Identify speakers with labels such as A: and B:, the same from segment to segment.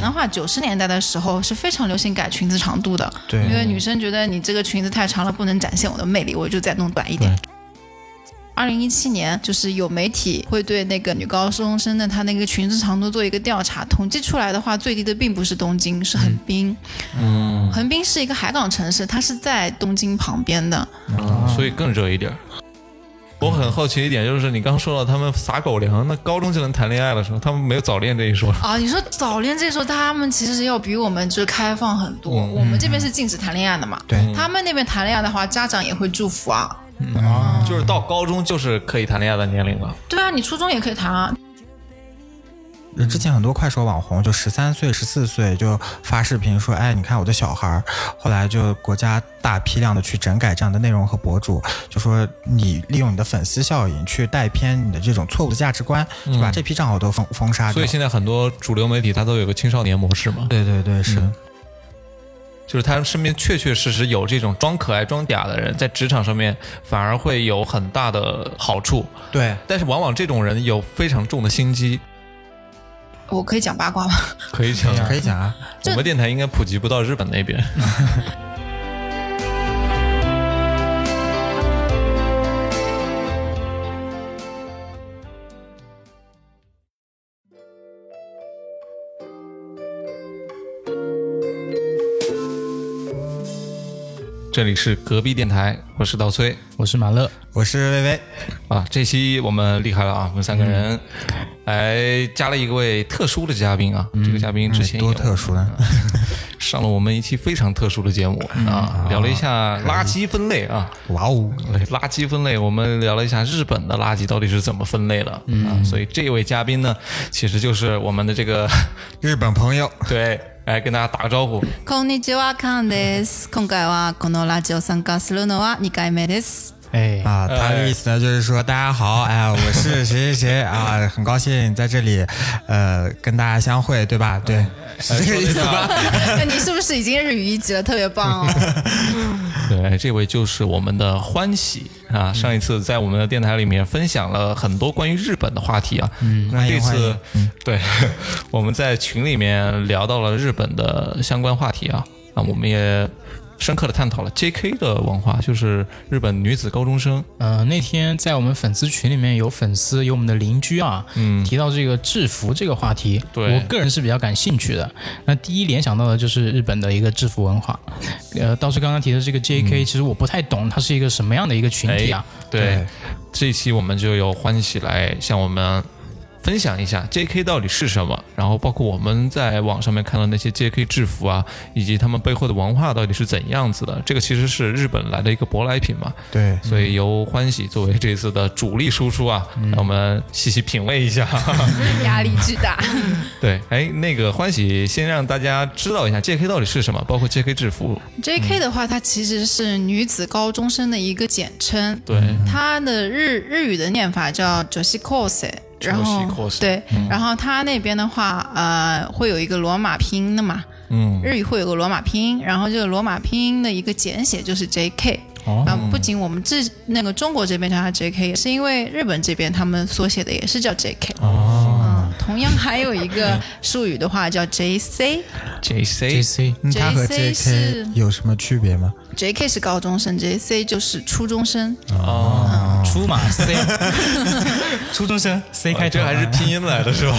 A: 嗯
B: 话，九十年代的时候是非常流行改裙子长度的，
C: 对
B: 因为女生觉得你这个裙子太长了，不能展现我的魅力，我就再弄短一点
C: 对。
B: 二零一七年，就是有媒体会对那个女高中生的她那个裙子长度做一个调查，统计出来的话，最低的并不是东京，是横滨。
A: 嗯，
B: 横滨是一个海港城市，它是在东京旁边的。
A: 所以更热一点儿。我很好奇一点，就是你刚说到他们撒狗粮，那高中就能谈恋爱了是吧？他们没有早恋这一说。
B: 啊，你说早恋这时候，他们其实要比我们就是开放很多。
A: 嗯
B: 我们这边是禁止谈恋爱的嘛，
C: 对
B: 他们那边谈恋爱的话，家长也会祝福啊。
C: 啊，
A: 就是到高中就是可以谈恋爱的年龄了。
B: 对啊，你初中也可以谈啊。
C: 之前很多快手网红就十三岁、十四岁就发视频说，哎，你看我的小孩儿。后来就国家大批量的去整改这样的内容和博主，就说你利用你的粉丝效应去带偏你的这种错误的价值观，就把这批账号都封封杀
A: 嗯所
C: 掉
A: 以。现在很多主流媒体它都有个青少年模式嘛，
C: 啊对对对，
A: 嗯
C: 是。
A: 就是他身边确确实实有这种装可爱装嗲的人，在职场上面反而会有很大的好处，
C: 对，
A: 但是往往这种人有非常重的心机，
B: 我可以讲八卦吗？
A: 可以讲
C: 可以讲啊。
A: 我们电台应该普及不到日本那边。这里是隔壁电台，我是稻崔
D: 我是马乐，
C: 我是薇薇，
A: 啊。这期我们厉害了啊，我们三个人来加了一位特殊的嘉宾啊。这个嘉宾之前
C: 哎多
A: 有
C: 特殊呢？
A: 上了我们一期非常特殊的节目啊，聊了一下垃圾分类啊。
C: 哇哦！
A: 对垃圾分类，我们聊了一下日本的垃圾到底是怎么分类的、啊，所以这位嘉宾呢，其实就是我们的这个
C: 日本朋友，
A: 对，来跟大家打个招呼。
B: こんにちは、カンです。今回はこのラジオ参加するのは二回目 です。
D: 哎，
C: 啊，他的意思呢就是说，大 家好，哎呀，我是谁谁谁啊，很高兴在这里，呃，跟大家相会，对
A: 哎
C: 吧？对，是这个意思吧？
B: 那 你是不是已经日语一级了？特别棒哦！
A: 对，这位就是我们的欢喜啊，上一次在我们的电台里面分享了很多关于日本的话题啊， 嗯，那
C: 欢迎
A: 这
C: 欢
A: 次
C: 迎
A: 对我们在群里面聊到了日本的相关话题啊，啊，我们也深刻的探讨了 J.K. 的文化，就是日本女子高中生，
D: 呃，那天在我们粉丝群里面有粉丝有我们的邻居啊，
A: 嗯
D: 提到这个制服这个话题，
A: 对
D: 我个人是比较感兴趣的。那第一联想到的就是日本的一个制服文化，呃，倒是刚刚提的这个
A: 嗯
D: J.K.，、其实我不太懂它是一个什么样的一个群体啊。
A: 对，这一期我们就由欢喜来向我们分享一下 J.K. 到底是什么，然后包括我们在网上面看到那些 J.K. 制服啊，以及他们背后的文化到底是怎样子的。这个其实是日本来的一个舶来品嘛，
C: 对，
A: 所以由欢喜作为这次的主力输出啊，让我们细细品味一下。
B: 压力巨 大。
A: 对，哎，那个欢喜先让大家知道一下 J.K. 到底是什么，包括 J.K. 制服。
B: J.K. 的话，它其实是女子高中生的一个简称。
A: 对，
B: 它的日日语的念法叫 Joshi Cos，然后
A: Cos
B: 对，然后它那边的话，呃，会有一个罗马拼音的嘛，
A: 嗯，
B: 日语会有个罗马拼音，然后这个罗马拼音的一个简写就是 J.K。
D: 哦
B: 啊，不仅我们这那个中国这边叫它 J.K，也是因为日本这边他们缩写的也是叫 J.K。哦，同样还有一个 术语的话叫 J.C。
A: J.C.
D: J.C.
C: 嗯他和
B: JC
C: J.K.
B: 是
C: 有什么区别吗？
B: J.K 是高中生，J.C 就是初中生。
A: 哦，
D: 出嘛 C，初中生 C 开头
A: 呃这还
D: 啊，
A: 是拼音来的是吧？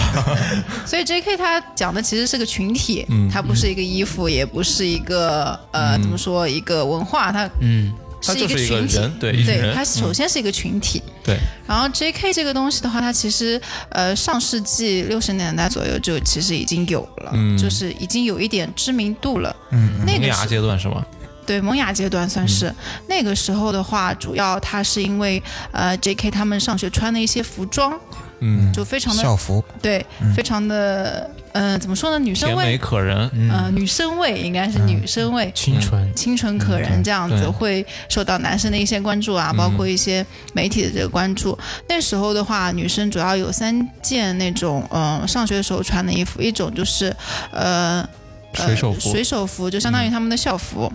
B: 所以 J.K. 它讲的其实是个群体，
A: 嗯
B: 它不是一个衣服，也不是一个呃怎么说一个文化，它
D: 嗯，
A: 它
B: 一
A: 嗯就
B: 个
A: 是一个
B: 群体
A: 人，对一群
B: 对
A: 人，嗯
B: 它首先是一个群体。
A: 对，
B: 然后 J.K. 这个东西的话，它其实呃上世纪六十年代左右就其实已经有了，就是已经有一点知名度了。嗯，那
A: 嗯萌
B: 个
A: 芽嗯
B: 时
A: 阶段是吗？
B: 对萌芽阶段算是、那个时候的话，主要它是因为呃 J.K. 他们上学穿的一些服装
A: 嗯，
B: 就非常的
C: 校服
B: 对，
D: 嗯
B: 非常的呃怎么说呢，女生
A: 甜美嗯
B: 味，
A: 可人，
B: 呃女生味应该是女生味。
D: 嗯清纯，嗯
B: 清纯可人这样子
A: 对
B: 会受到男生的一些关注啊，包括一些媒体的这个关注。那时候的话，女生主要有三件那种，嗯、上学的时候穿的衣服，一种就是，呃，呃
A: 水手服
B: 水手服就相
D: 嗯
B: 当于他们的校服。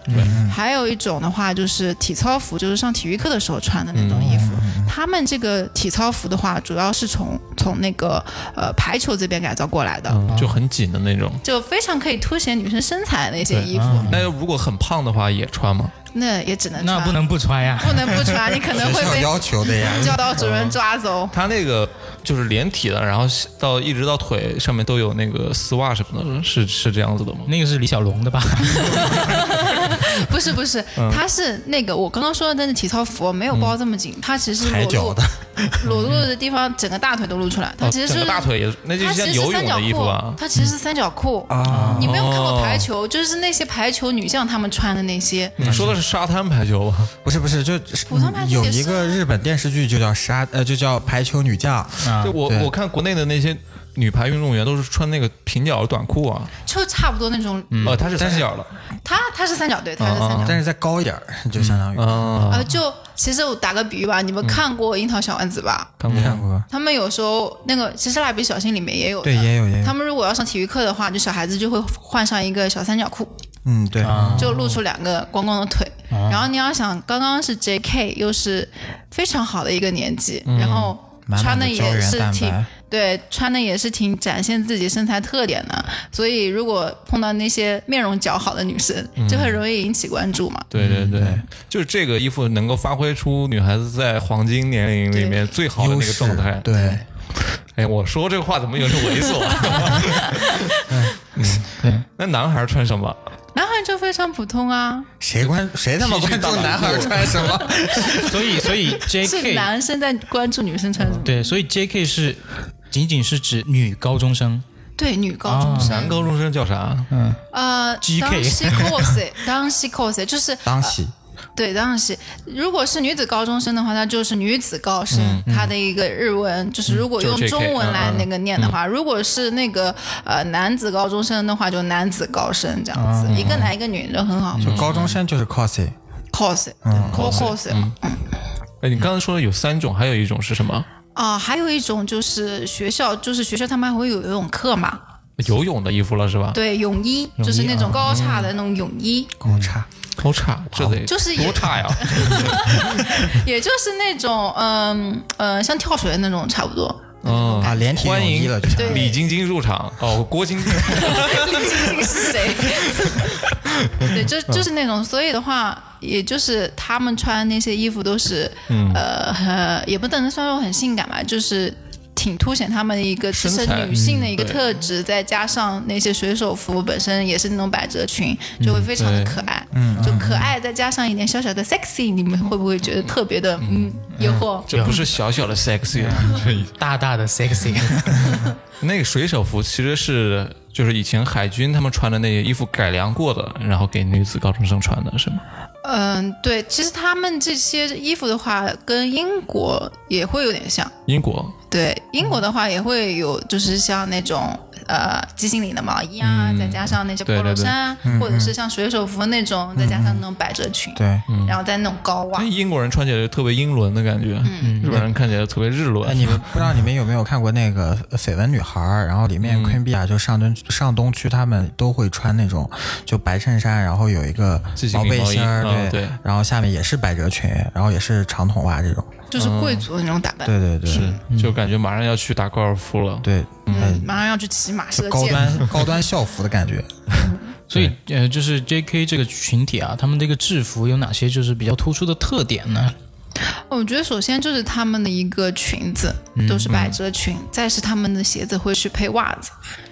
B: 还有一种的话就是体操服，就是上体育课的时候穿的那种衣服。
A: 嗯
B: 他们这个体操服的话，主要是从从那个呃排球这边改造过来的，
A: 嗯，就很紧的那种。
B: 就非常可以凸显女生身材的一些
A: 对嗯
B: 衣服，
A: 那如果很胖的话也穿吗？
B: 那也只能
D: 那
B: 穿
D: 不能不 穿呀。
B: 不能不穿，你可能
C: 学
B: 会
C: 校
B: 被
C: 要 求的呀。
B: 教导主任抓走。
A: 它那个就是连体的，然后到一直到腿上面都有那个丝袜什么的，是是这样子的吗？
D: 那个是李小龙 的吧？
A: 嗯
B: 不是不是，它是那个我刚刚说的那个体操服没有包这么
A: 嗯
B: 紧，它其实
C: 抬
B: 裸
C: 脚
B: 露
C: 的，
B: 裸露的地方整个大腿都露出来，它
A: 哦
B: 其实
A: 整
B: 是
A: 个大腿也，那就
B: 它其
A: 像
B: 实
A: 游
B: 是
A: 泳
B: 三角
A: 的衣服啊
B: 裤嗯
A: 吧，？
B: 它其实是三角裤。
C: 啊
A: 啊
B: 你没有看
C: 哦
B: 过排球，就是那些排球女像她们穿的那些，
A: 你说的是沙滩排球吧？
C: 不是不是，就是
B: 普通排球
C: 有
B: 也
C: 一
B: 是
C: 个日本电视剧就叫沙呃，就叫排球女将，
D: 啊
A: 就，我
C: 对
A: 我看国内的那些女排运动员都是穿那个平角短裤啊，
B: 就差不多那种。
C: 嗯
A: 呃，它是三角的，
B: 她她是三角，对，她是三角。
C: 但是再高一点儿就相当于
A: 啊，
B: 呃，就其实我打个比喻吧，你
C: 嗯
B: 们看过《樱桃小丸子》吧？
A: 看
C: 你
A: 过
C: 看
A: 吗？
C: 过？
B: 他们有时候那个，其实《蜡笔小新》里面也有的，
C: 对，也有也有
B: 他，们如果要上体育课的话，就小孩子就会换上一个小三角裤，
C: 嗯，对，
A: 啊
B: 就露出两个光光的腿。
C: 啊
B: 然后你要想，刚刚是 J.K. 又是非常好的一个年纪，然后
C: 嗯满满
B: 穿
C: 的
B: 的
C: 胶
B: 也
C: 原
B: 是
C: 蛋
B: 挺
C: 白，
B: 对，穿的也是挺展现自己身材特点的。所以如果碰到那些面容姣好的女生，
C: 嗯
B: 就很容易引起关注嘛。
A: 对对对，就是这个衣服能够发挥出女孩子在黄金年龄里面最好的
C: 优
A: 那个
C: 势
A: 状态。
C: 对，
A: 哎，我说这个话怎么有点猥琐、 啊？
D: 对，
A: 那男孩穿什么？
B: 男孩就非常普通啊，
C: 谁关谁他妈
A: T 恤
C: 关
A: 大
C: 注
A: 短
C: 男孩
A: 裤
C: 穿什么？
D: 所以所以
B: 是
D: J.K.
B: 男生在关注女生穿
C: 哦
B: 什么？
D: 对，所以 J.K. 是仅仅是指女高中生，
B: 对，女高中
C: 哦
B: 生，
A: 男高中生叫啥？
C: 嗯
B: 呃，
D: GK
B: 当西 cos，当西 cos 就是
C: 当喜
B: 对，当然是。如果是女子高中生的话，那就是女子高生，它的一个日文就是如果
A: 就
B: 用
A: 是 JK，
B: 中文来
A: 嗯嗯
B: 那个念的话，如果是那个呃男子高中生的话，就男子高生这样子，一个男一个女就很好嘛。
C: 就高中生就是 cos，
B: cos，对 cos
A: 哎，你刚才说的有三种，还有一种是什么？
B: 啊，还有一种就是学校，就是学校他们还会有游泳课嘛，
A: 游泳的衣服了是吧？
B: 对，泳衣就是那种高叉的那种泳衣，
C: 高差，啊
A: 高叉，这得
B: 就是也
A: 多差 呀！
B: 也就是那种嗯呃像跳水的那种差不多。
A: 嗯
C: 啊连体
A: 欢
C: 泳衣
A: 迎
C: 了就是
B: 对
A: 李晶晶入场哦，郭 晶晶
B: 李晶晶是谁？ 对，就就是那种，所以的话，也就是他们穿那些衣服都是，呃呃，也不能算说很性感吧，就是。挺凸显他们的一个自身
A: 身材
B: 女性的一个
A: 嗯对
B: 特质，再加上那些水手服本身也是那种百褶裙，就会非常的
A: 对
B: 可爱。嗯，就可爱再加上一点小小的 sexy，你们会不会觉得特别的嗯诱惑？
A: 这不是小小的 sexy 啊，这已经
D: 大大的 sexy。
A: 那个水手服其实是就是以前海军他们穿的那些衣服改良过的，然后给女子高中生穿的是吗？
B: 嗯，对，其实他们这些衣服的话，跟英国也会有点像。
A: 英国
B: 对，英国的话也会有，就是像那种呃鸡心领的毛衣啊，
C: 嗯
B: 再加上那些 polo
A: 对对对
B: 衫啊，或者是像水手服那种，再加上那种百褶裙，
C: 嗯对，
B: 然后再那种高袜
A: 那。英国人穿起来就特别英伦的感觉，
B: 嗯
A: 日本人看起来特别日
C: 哎，
A: 伦。
C: 嗯你们不知道你们有没有看过那个《绯闻女孩》，儿？然后里面昆比亚就上东上东区，他们都会穿那种就白衬衫，然后有一个
A: 自己
C: 毛
A: 领
C: 背
A: 毛衣
C: 心儿，
A: 啊
C: 对
A: 对，
C: 然后下面也是百褶裙，然后也是长筒袜这种，
B: 就是贵族的那种打扮。
C: 对对对，
A: 是，就感觉马上要去打高尔夫了。
C: 对，
B: 嗯，马上要去骑马射
C: 高
B: 箭，
C: 端高端校服的感觉，
D: 所以 呃，就是 J.K. 这个群体啊，他们这个制服有哪些就是比较突出的特点呢？
B: 哦我觉得首先就是他们的一个裙子都是百褶裙，再是他们的鞋子会去配袜子。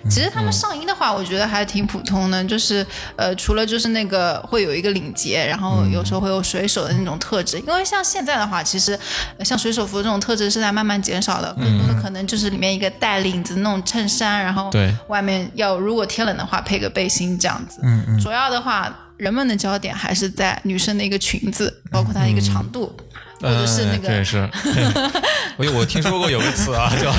B: 其实他们上衣的话，我觉得还挺普通的，就是呃，除了就是那个会有一个领结，然后有时候会有水手的那种特质。因为像现在的话，其实呃像水手服这种特质是在慢慢减少的，更多的可能就是里面一个带领子那种衬衫，然后
A: 对
B: 外面要如果天冷的话配个背心这样子。嗯嗯。主要的话，人们的焦点还是 在女生的一个裙子，包括它的一个长度，或者是那
A: 哎
B: 个
A: 对是，我有我听说过有个词啊， 叫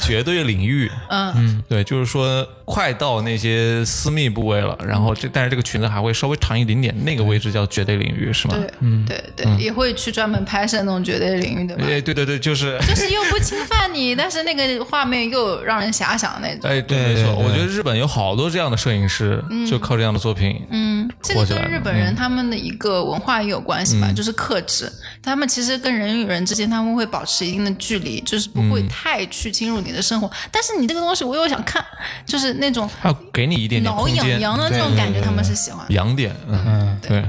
A: 绝对领域。
B: 嗯
A: 嗯，对，就是说快到那些私密部位了，然后这但是这个裙子还会稍微长一点点，那个位置叫绝对领域，是吗？
B: 对，对对，
A: 嗯
B: 也会去专门拍摄那种绝对领域的嘛，
A: 哎，对对 对，就是。
B: 就是又不侵犯你，但是那个画面又让人遐想那种。
A: 哎，对，
C: 对
A: 没错，
C: 对对
A: 我觉得日本有好多这样的摄影师，就靠这样的作品，
B: 嗯，这
A: 火
B: 个
A: 起
B: 跟
A: 哎来了嗯
B: 日本人他们的一个文化也有关系吧，就是克制。他们其实跟人与人之间，他们会保持一定的距离，就是不
A: 嗯
B: 会太去侵入你的生活。但是你这个东西，我又想看，就是那种
A: 他给你一点点
B: 挠
A: 空
B: 痒
A: 间，
B: 痒的那种感觉，他们是喜欢的。
A: 痒点，嗯，对。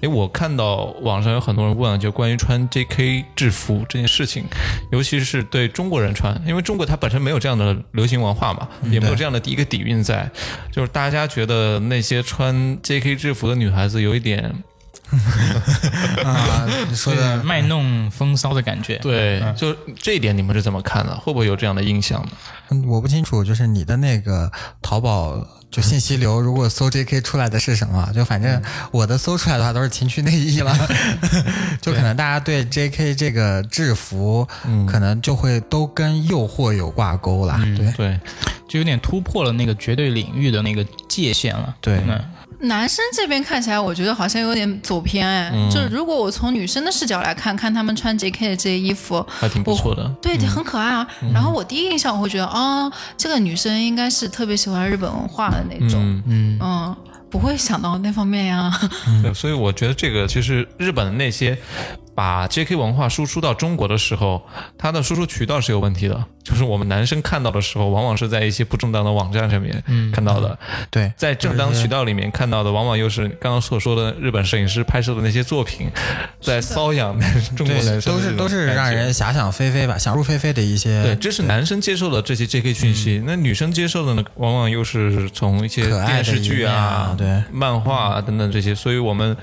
A: 因为我看到网上有很多人问啊，就关于穿 J.K. 制服这件事情，尤其是对中国人穿，因为中国它本身没有这样的流行文化嘛，也没有这样的一个底蕴在，就是大家觉得那些穿 J.K. 制服的女孩子有一点
C: 啊，你说的
D: 卖弄风骚的感觉。
A: 对，就这一点你们是怎么看的？会不会有这样的印象呢？
C: 嗯我不清楚，就是你的那个淘宝就信息流，如果搜 JK 出来的是什么？就反
A: 嗯
C: 正我的搜出来的话都是情趣内 衣了，就可能大家对 JK 这个制服，
A: 嗯
C: 可能就会都跟诱惑有挂钩啦。对
A: 对，
D: 就有点突破了那个绝对领域的那个界限了。
C: 对
D: 嗯，
B: 男生这边看起来，我觉得好像有点走偏哎。
A: 嗯
B: 就是如果我从女生的视角来看，看他们穿 J.K. 的这些衣服，
A: 还挺不错的。
B: 对，很可爱啊。然后我第一印象我会觉得，哦，这个女生应该是特别喜欢日本文化的那种。
A: 嗯，
B: 嗯，不会想到那方面呀。
C: 嗯
A: 对，所以我觉得这个就是日本的那些把 J.K. 文化输出到中国的时候，它的输出渠道是有问题的。 就是我们男生看到的时候，往往是在一些不正当的网站上面
C: 嗯
A: 看到的，
C: 对，
A: 在正当渠道里面看到的，往往又是刚刚所说的日本摄影师拍摄的那些作品，在瘙痒男生中国男生
C: 都
A: 的这
C: 是
A: 种
C: 都是
A: 感觉
C: 让人遐想非非吧，想入非非的一些
A: 对，这是男生接受的这些 J.K. 讯息，那女生接受的呢，往往又是从一些
C: 可爱的
A: 电视剧啊、
C: 一面啊对
A: 漫画啊等等这些。所以，我们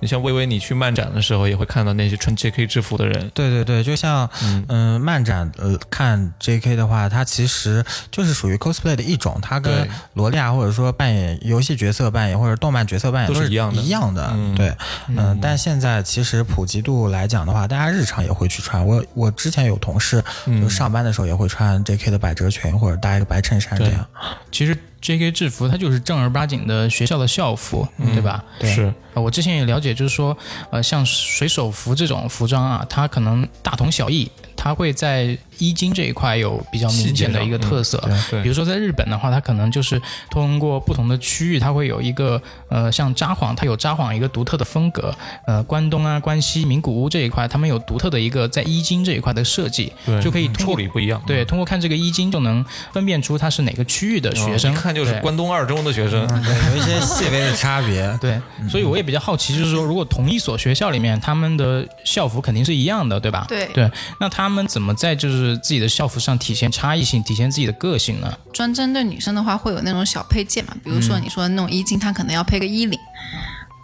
A: 你像微微，你去漫展的时候，也会看到那些穿 J.K. 制服的人。
C: 对对对，就像嗯、漫展呃看 J.K. 的话，它其实就是属于 cosplay 的一种，它跟
A: 对
C: 萝莉啊，或者说扮演游戏角色扮演或者动漫角色扮演
A: 都是
C: 是
A: 一样的
C: 一样的。对，嗯、但现在其实普及度来讲的话，大家日常也会去穿。我我之前有同事
A: 嗯
C: 就上班的时候也会穿 J.K. 的百褶裙或者搭一个白衬衫这
A: 对
C: 样。
D: 其实 J.K. 制服它就是正儿八经的学校的校服，对吧？
C: 对
A: 是，
D: 呃我之前也了解，就是说，呃，像水手服这种服装啊，它可能大同小异，它会在衣襟这一块有比较明显的一个特色。
A: 对
D: 比如说在日本的话，它可能就是通过不同的区域，它会有一个呃，像札幌，它有札幌一个独特的风格，呃，关东啊、关西、名古屋这一块，他们有独特的一个在衣襟这一块的设计，
A: 对
D: 就可以通
A: 处
D: 过
A: 理不一样。
D: 对，通过看这个衣襟就能分辨出他是哪个区域的
A: 嗯，
D: 学生，
A: 一看就是
D: 对
A: 关东二中的学生。
C: 对，有一些细微的差别。
D: 对，所以我也比较好奇，就是说，如果同一所学校里面，他们的校服肯定是一样的，对吧？
B: 对
D: 对，那他们怎么在就是自己的校服上体现差异性，体现自己的个性呢？
B: 专针对女生的话，会有那种小配件嘛，比如说你说那种衣襟，它可能要配个衣领，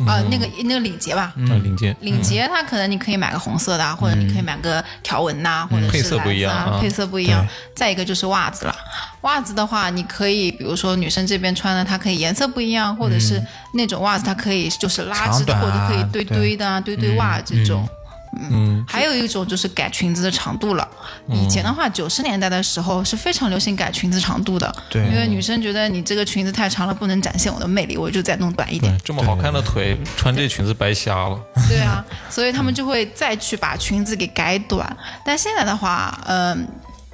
B: 啊、那个那个领结吧。
A: 嗯，领结。
B: 领结它可能你可以买个红色的啊，或者你可以买个条纹呐、或者是
A: 嗯配色不一样
B: 蓝色
A: 啊
B: 配色不一样。再一个就是袜子了，袜子的话，你可以比如说女生这边穿的，它可以颜色不一样，或者是
A: 嗯
B: 那种袜子它可以就是拉直的，
C: 长短啊
B: 或者可以堆堆的啊，堆堆袜这种。
A: 嗯，
B: 还有一种就是改裙子的长度了。以前的话，九十年代的时候是非常流行改裙子长度的，
C: 对
B: 因为女生觉得你这个裙子太长了，不能展现我的魅力，我就再弄短一
A: 嗯对
B: 点。，
A: 这么好看的腿，穿这裙子白瞎了。
B: 对啊，所以他们就会再去把裙子给改短。但现在的话，嗯、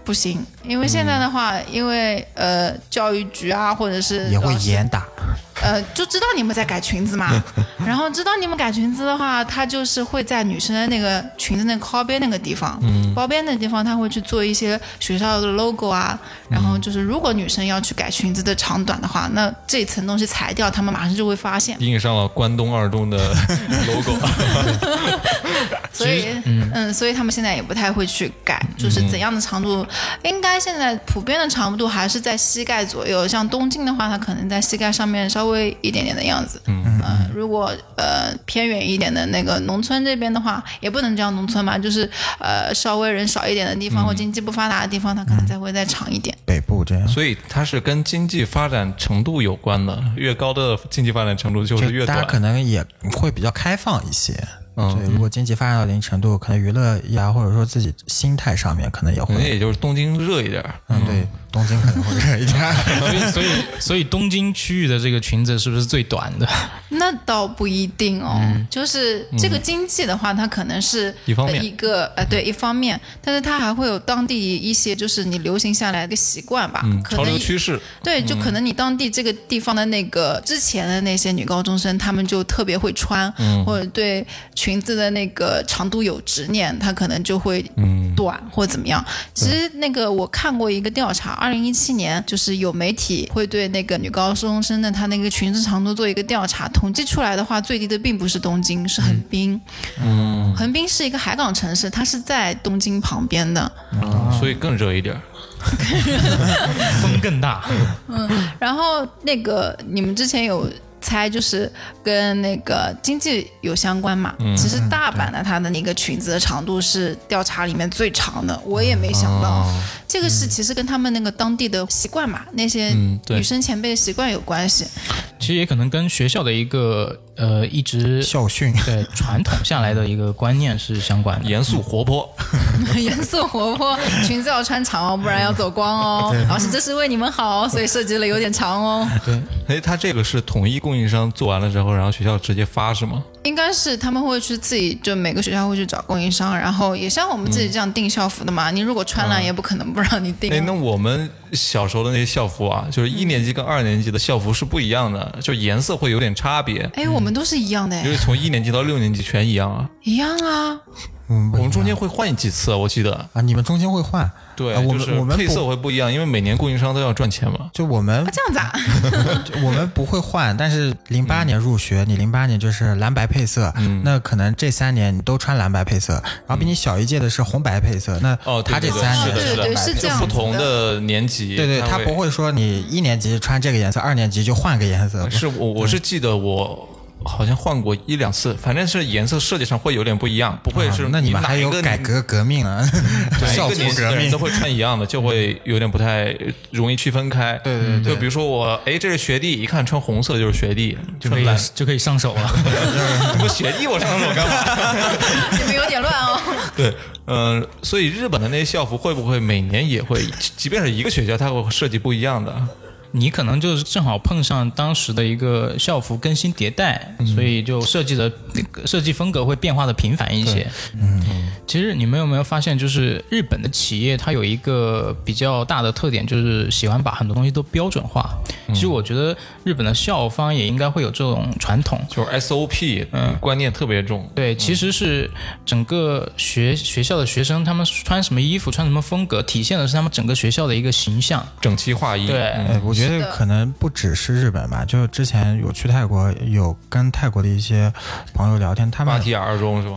B: 不行，因为现在的话，因为呃，教育局啊，或者是
C: 也会
B: 老师
C: 严打，
B: 呃，就知道你们在改裙子 嘛，然后知道你们改裙子的话，他就是会在女生的那个裙子那个靠边那个地方，
C: 嗯
B: 包边的地方，他会去做一些学校的 logo 啊。然后就是，如果女生要去改裙子的长短的话，那这一层东西裁掉，他们马上就会发现。
A: 印上了关东二中的 logo，
B: 所以，嗯所以他们现在也不太会去改，就是怎样的长度，应该现在普遍的长度还是在膝盖左右。像东京的话，它可能在膝盖上面稍微一点点的样子。嗯、呃、如果呃偏远一点的那个农村这边的话，也不能叫农村嘛，就是呃稍微人少一点的地方、或经济不发达的地方，它可能再会再长一点。
C: 北部这样。
A: 所以它是跟经济发展程度有关的。越高的经济发展程度，就是越
C: 就大
A: 短嗯
C: 家。可能也会比较开放一些，对，如果经济发展到一定程度，可能娱乐呀，或者说自己心态上面，可能也
A: 可能
C: 会，
A: 也就是东京热一点儿。
C: 嗯，对，东京可 能会这一点。
D: 所以所以所以东京区域的这个裙子是不是最短 的？
B: 那倒不一定哦，就是这个经济的话，它可能是
A: 一方面
B: 呃一个呃对一方面，但是它还会有当地一些就是你流行下来的习惯吧，
A: 嗯，
B: 可
A: 潮
B: 能
A: 流
B: 一
A: 趋势，
B: 对，就可能你当地这个地方的那个之前的那些女高中生，她们就特别会穿，或者对裙子的那个长度有执念，她可能就会短或怎么样。其实那个我看过一个调查，二零一七年就是有媒体会对那个女高中生的她那个裙子长度做一个调查，统计出来的话，最低的并不是东京，是横滨。嗯，横滨是一个海港城市，它是在东京旁边的。
A: 嗯所以更热一点儿。
D: 风更大，
B: 然后那个你们之前有猜，就是跟那个经济有相关嘛？
A: 嗯
B: 其实大阪啊的它的那个裙子的长度是调查里面最长的，我也没想到，
A: 嗯
B: 这个是其实跟他们那个当地的习惯嘛，那些
A: 嗯对
B: 女生前辈的习惯有关系。
D: 其实也可能跟学校的一个呃一直
C: 校 训，
D: 对传统下来的一个观念是相关的。
A: 严肃活泼，
B: 嗯严肃活泼，裙子要穿长哦，不然要走光 哦。老师这是为你们好哦，所以设计了有点长哦。
D: 对，
A: 哎，他这个是统一供应商做完了之后，然后学校直接发是吗？
B: 应该是他们会去自己，就每个学校会去找供应商，然后也像我们自己这样订校服的嘛。你如果穿烂，也不可能不让你订啊。
A: 嗯哎，那我们小时候的那些校服啊，就是一年级跟二年级的校服是不一样的，就颜色会有点差别，
B: 哎，我们都是一样的
A: 因
B: 哎，
A: 为从一年级到六年级全一样啊。
B: 一样啊。
C: 嗯，
A: 我
C: 不
A: 们中间会换几次啊，我记得。
C: 啊，你们中间会换，
A: 对，
C: 啊我
A: 就是
C: 们我们
A: 配色
C: 不
A: 会不一样，因为每年供应商都要赚钱嘛。
C: 就我们
B: 这样子啊，
C: 我们不会换，但是零
A: 嗯
C: 八年入学，你零八年就是蓝白配色，那可能这三年你都穿蓝白配色，然后比你小一届的是红白配色，那
A: 嗯哦，对
C: 他这
A: 对对
C: 三
A: 是的，
C: 年
B: 对
A: 是
C: 是
A: 的，
B: 对
C: 白
B: 是
C: 配
B: 这
C: 色
B: 样
A: 就不
B: 子
A: 同
B: 的
A: 的年级，
C: 对对，
A: 他
C: 他不会说你一年级穿这个颜色，二年级就换个颜色，
A: 是我我是记得我好像换过一两次，反正是颜色设计上会有点不一样，不会
C: 啊
A: 是、
C: 那
A: 你
C: 你们还
A: 哪一
C: 有
A: 个
C: 改革革命啊，
A: 哪一
C: 校
A: 个
C: 服
A: 年级
C: 革
A: 的人
C: 命
A: 都会穿一样的，就会有点不太容易区分开。 对对对，就比如说我，哎，这是学弟，一看穿红色的就是学弟，
D: 就可
A: 穿
D: 以
A: 蓝
D: 就可以上手了。
A: 什么学弟，我穿那种干嘛？
B: 你们有点乱哦。
A: 对，嗯、所以日本的那些校服会不会每年也会，即便是一个学校，它会设计不一样的？
D: 你可能就是正好碰上当时的一个校服更新迭代，所以就设计的设计风格会变化的频繁一些。嗯，其实你们有没有发现，就是日本的企业它有一个比较大的特点，就是喜欢把很多东西都标准化。其实我觉得日本的校方也应该会有这种传统，
A: 就是 SOP
C: 嗯
A: 观念特别重。
D: 对，其实是整个学学校的学生，他们穿什么衣服、穿什么风格，体现的是他们整个学校的一个形象。
A: 整齐划一，
D: 对
A: 嗯
C: 哎，我觉
B: 是
C: 得
B: 的
C: 可能不只是日本吧，就之前有去泰国，有跟泰国的一些朋友聊天，他
A: 芭
C: 们
A: 提雅二中是吧？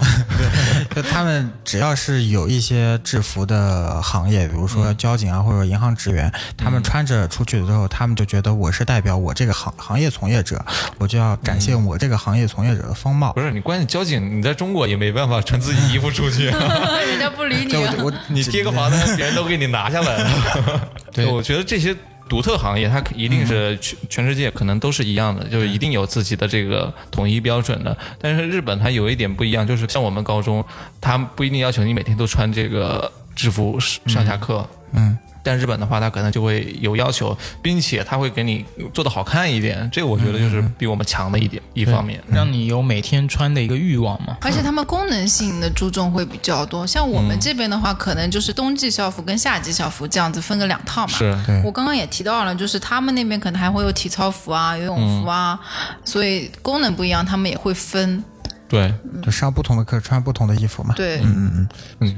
C: 就他们只要是有一些制服的行业，比如
A: 嗯
C: 说交警啊或者银行职员，他们穿着出去之后，他们就觉得我是代表我这个行行业从业者，我就要展现我这个行业从业者的风貌
A: 嗯不。是你，关键交警你在中国也没办法穿自己衣服出去，
B: 人家不理你
C: 就
B: 啊，
C: 我我
A: 你贴个罚单，别人都给你拿下来了。
D: 对
A: 我觉得这些独特行业，它可一定是全全世界可能都是一样的，就是一定有自己的这个统一标准的。但是日本它有一点不一样，就是像我们高中，它不一定要求你每天都穿这个制服上下课。
C: 嗯，
A: 但日本的话，它可能就会有要求，并且它会给你做的好看一点，这个我觉得就是比我们强的一点一方面。
D: 让你有每天穿的一个欲望嘛。
B: 而且他们功能性的注重会比较多。像我们这边的话，可能就是冬季校服跟夏季校服这样子分个两套嘛。
A: 是，
C: 对
B: 我刚刚也提到了，就是他们那边可能还会有体操服啊、游泳服啊，
A: 嗯
B: 所以功能不一样，他们也会分。
A: 对，
C: 就上不同的课穿不同的衣服嘛。
A: 嗯
B: 对，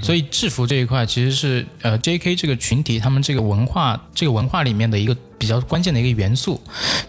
D: 所以制服这一块其实是呃 J.K. 这个群体他们这个文化这个文化里面的一个比较关键的一个元素。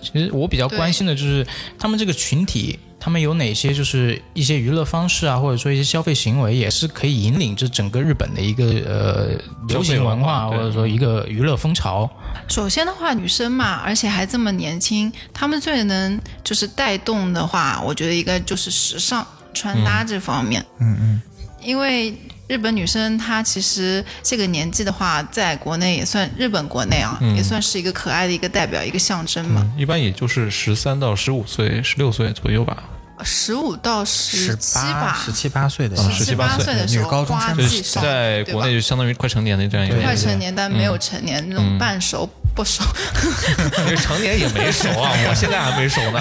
D: 其实我比较
B: 对
D: 关心的就是他们这个群体。他们有哪些就是一些娱乐方式啊，或者说一些消费行为，也是可以引领这整个日本的一个呃流行文化，
A: 消费文化
D: 或
A: 对
D: 者说一个娱乐风潮。
B: 首先的话，女生嘛，而且还这么年轻，她们最能就是带动的话，我觉得一个就是时尚穿搭这方面。嗯嗯，因为。日本女生她其实这个年纪的话，在国内也算日本国内啊，也算是一个可爱的一个代表，一个象征嘛。
A: 一般也就是十三到十五岁、十六岁左右吧。
B: 十五到十七
C: 八、
B: 吧，
C: 十七八岁的
A: 嗯
B: 十
A: 17
B: 八
A: 18岁
B: 岁的时
C: 女
B: 候，
C: 高中
B: 花
C: 生
A: 就
B: 季
A: 是
B: 少
A: 在
B: 对
A: 国
B: 吧
A: 内就相当于快成年的这样一个
C: 对
B: 快
A: 年纪，
B: 成年但没有成年那种半熟不熟，
A: 因 为成年也没熟啊，我现在还没熟呢。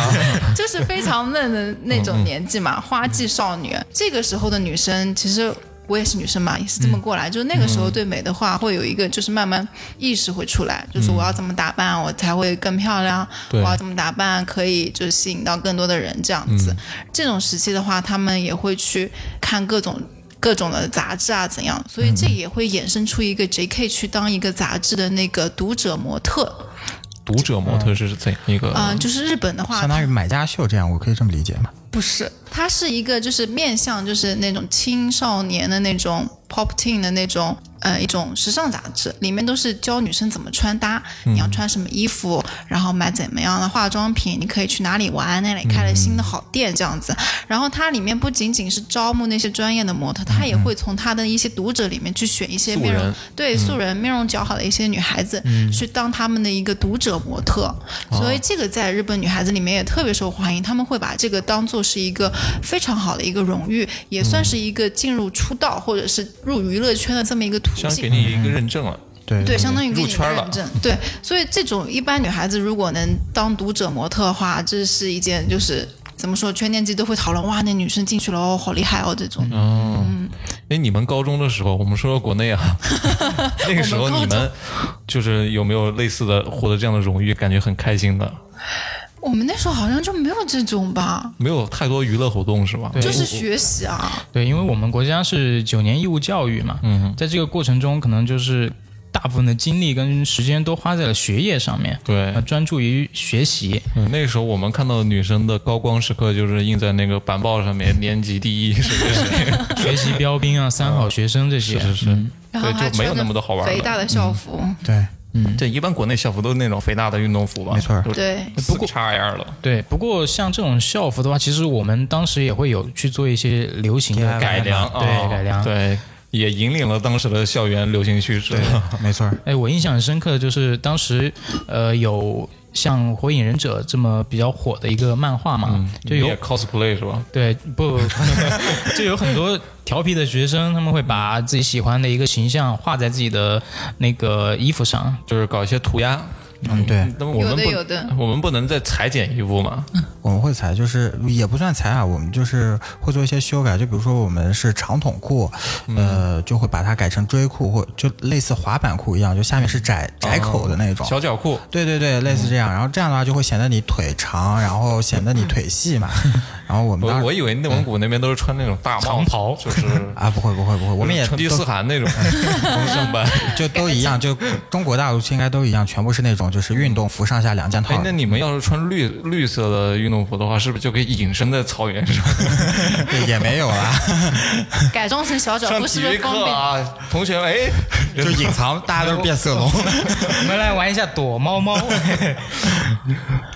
B: 就是非常嫩的那种年纪
C: 嗯
B: 嘛，花季少女。这个时候的女生，其实我也是女生嘛，也是这么过来。就是那个时候对美的话，会有一个就是慢慢意识会出来，就是我要怎么打扮，我才会更漂
C: 嗯
B: 亮，我
A: 对
B: 要怎么打扮可以就是吸引到更多的人这样
C: 嗯
B: 子。这种时期的话，他们也会去看各种。各种的杂志啊，怎样？所
C: 嗯
B: 以这也会衍生出一个 J.K. 去当一个杂志的那个读者模特，
A: 读者模特是怎样一个？
B: 嗯、就是日本的话，
C: 哦相当于买家秀这样，我可以这么理解吗？
B: 不是，它是一个就是面向就是那种青少年的那种 pop teen 的那种呃一种时尚杂志，里面都是教女生怎么穿搭，你要穿什么衣服，然后买怎么样的化妆品，你可以去哪里玩，那里开了新的好店这样子。然后它里面不仅仅是招募那些专业的模特，它也会从它的一些读者里面去选一些
A: 素
B: 面容
A: 人
B: 对素人面容较好的一些女孩子，
A: 嗯
B: 去当他们的一个读者模特，
A: 哦
B: 所以这个在日本女孩子里面也特别受欢迎，她们会把这个当做是一个非常好的一个荣誉，也算是一个进入出道或者是入娱乐圈的这么一个途
A: 相当于给
B: 径。
A: 你一个认证啊了。
C: 对嗯
B: 对，相当于给
A: 入
B: 你一
A: 圈
B: 个
A: 了
B: 认证。对，所以这种一般女孩子如果能当读者模特的话，这是一件就是怎么说，全年级都会讨论哇，那女生进去了哦，好厉害哦，这种。
A: 哦，哎，你们高中的时候，我们说说国内 啊，那个时候
B: 我们
A: 你
B: 高中
A: 们就是有没有类似的获得这样的荣誉，感觉很开心的？
B: 我们那时候好像就没有这种吧，
A: 没有太多娱乐活动是吗？
D: 对
B: 就是学习啊。
D: 对，因为我们国家是九年义务教育嘛，嗯，在这个过程中，可能就是大部分的精力跟时间都花在了学业上面，
A: 对
D: 呃，专注于学习。
A: 嗯那个时候我们看到女生的高光时刻，就是印在那个板报上面，年级第一谁 谁谁。
D: 学习标兵啊，三好学生这些，
A: 嗯是是是
D: 嗯
B: 然后
A: 对
B: 还
A: 就没有
B: 穿着
A: 那么多好玩的嗯
B: 肥大的校服，
C: 对，
A: 对，一般国内校服都是那种肥大的运动服吧？
C: 没错儿
B: 对，
A: 不过叉 L 了。
D: 对。不过像这种校服的话，其实我们当时也会有去做一些流行的
C: DIY
D: 改良，
A: 啊
D: 对改良。
A: 对，也引领了当时的校园流行趋势
C: 对。，没错儿。
D: 哎，我印象很深刻的就是当时，呃，有像《火影忍者》这么比较火的一个漫画嘛，
A: 嗯
D: 就
A: 你
D: 有
A: 也 cosplay 是吧？
D: 对，不， 就有很多调皮的学生，他们会把自己喜欢的一个形象画在自己的那个衣服上。
A: 就是搞一些涂鸦。
C: 嗯，对，
A: 那么我们
B: 有
A: 不，
B: 的有的
A: 我们不能再裁剪衣服嘛？
C: 我们会裁，就是也不算裁啊，我们就是会做一些修改。就比如说我们是长筒裤，呃，就会把它改成锥裤，或就类似滑板裤一样，就下面是窄窄口的那种。
A: 小脚裤，
C: 对对对，类似这样。然后这样的话就会显得你腿长，然后显得你腿细 嘛。然后我们当
A: 我
C: 时
A: 我以为内蒙古那边都是穿那种大帽
D: 长袍
A: 就是
C: 啊，不会不会不会，我们也
A: 成
C: 都
A: 吉思汗那种上班。
C: 就都一样，就中国大陆应该都一样，全部是那种就是运动服上下两件套
A: 哎，。那你们要是穿绿绿色的运动服的话，是不是就可以隐身在草原上？
C: 对，也没有啊 啦，
B: 改装成小脚
A: 上
B: 裤是
A: 体
B: 不
A: 育
B: 是方
A: 课
B: 便？
A: 啊，同学们，哎，
C: 就隐藏，大家都是变色龙。
D: 我们来玩一下躲猫猫。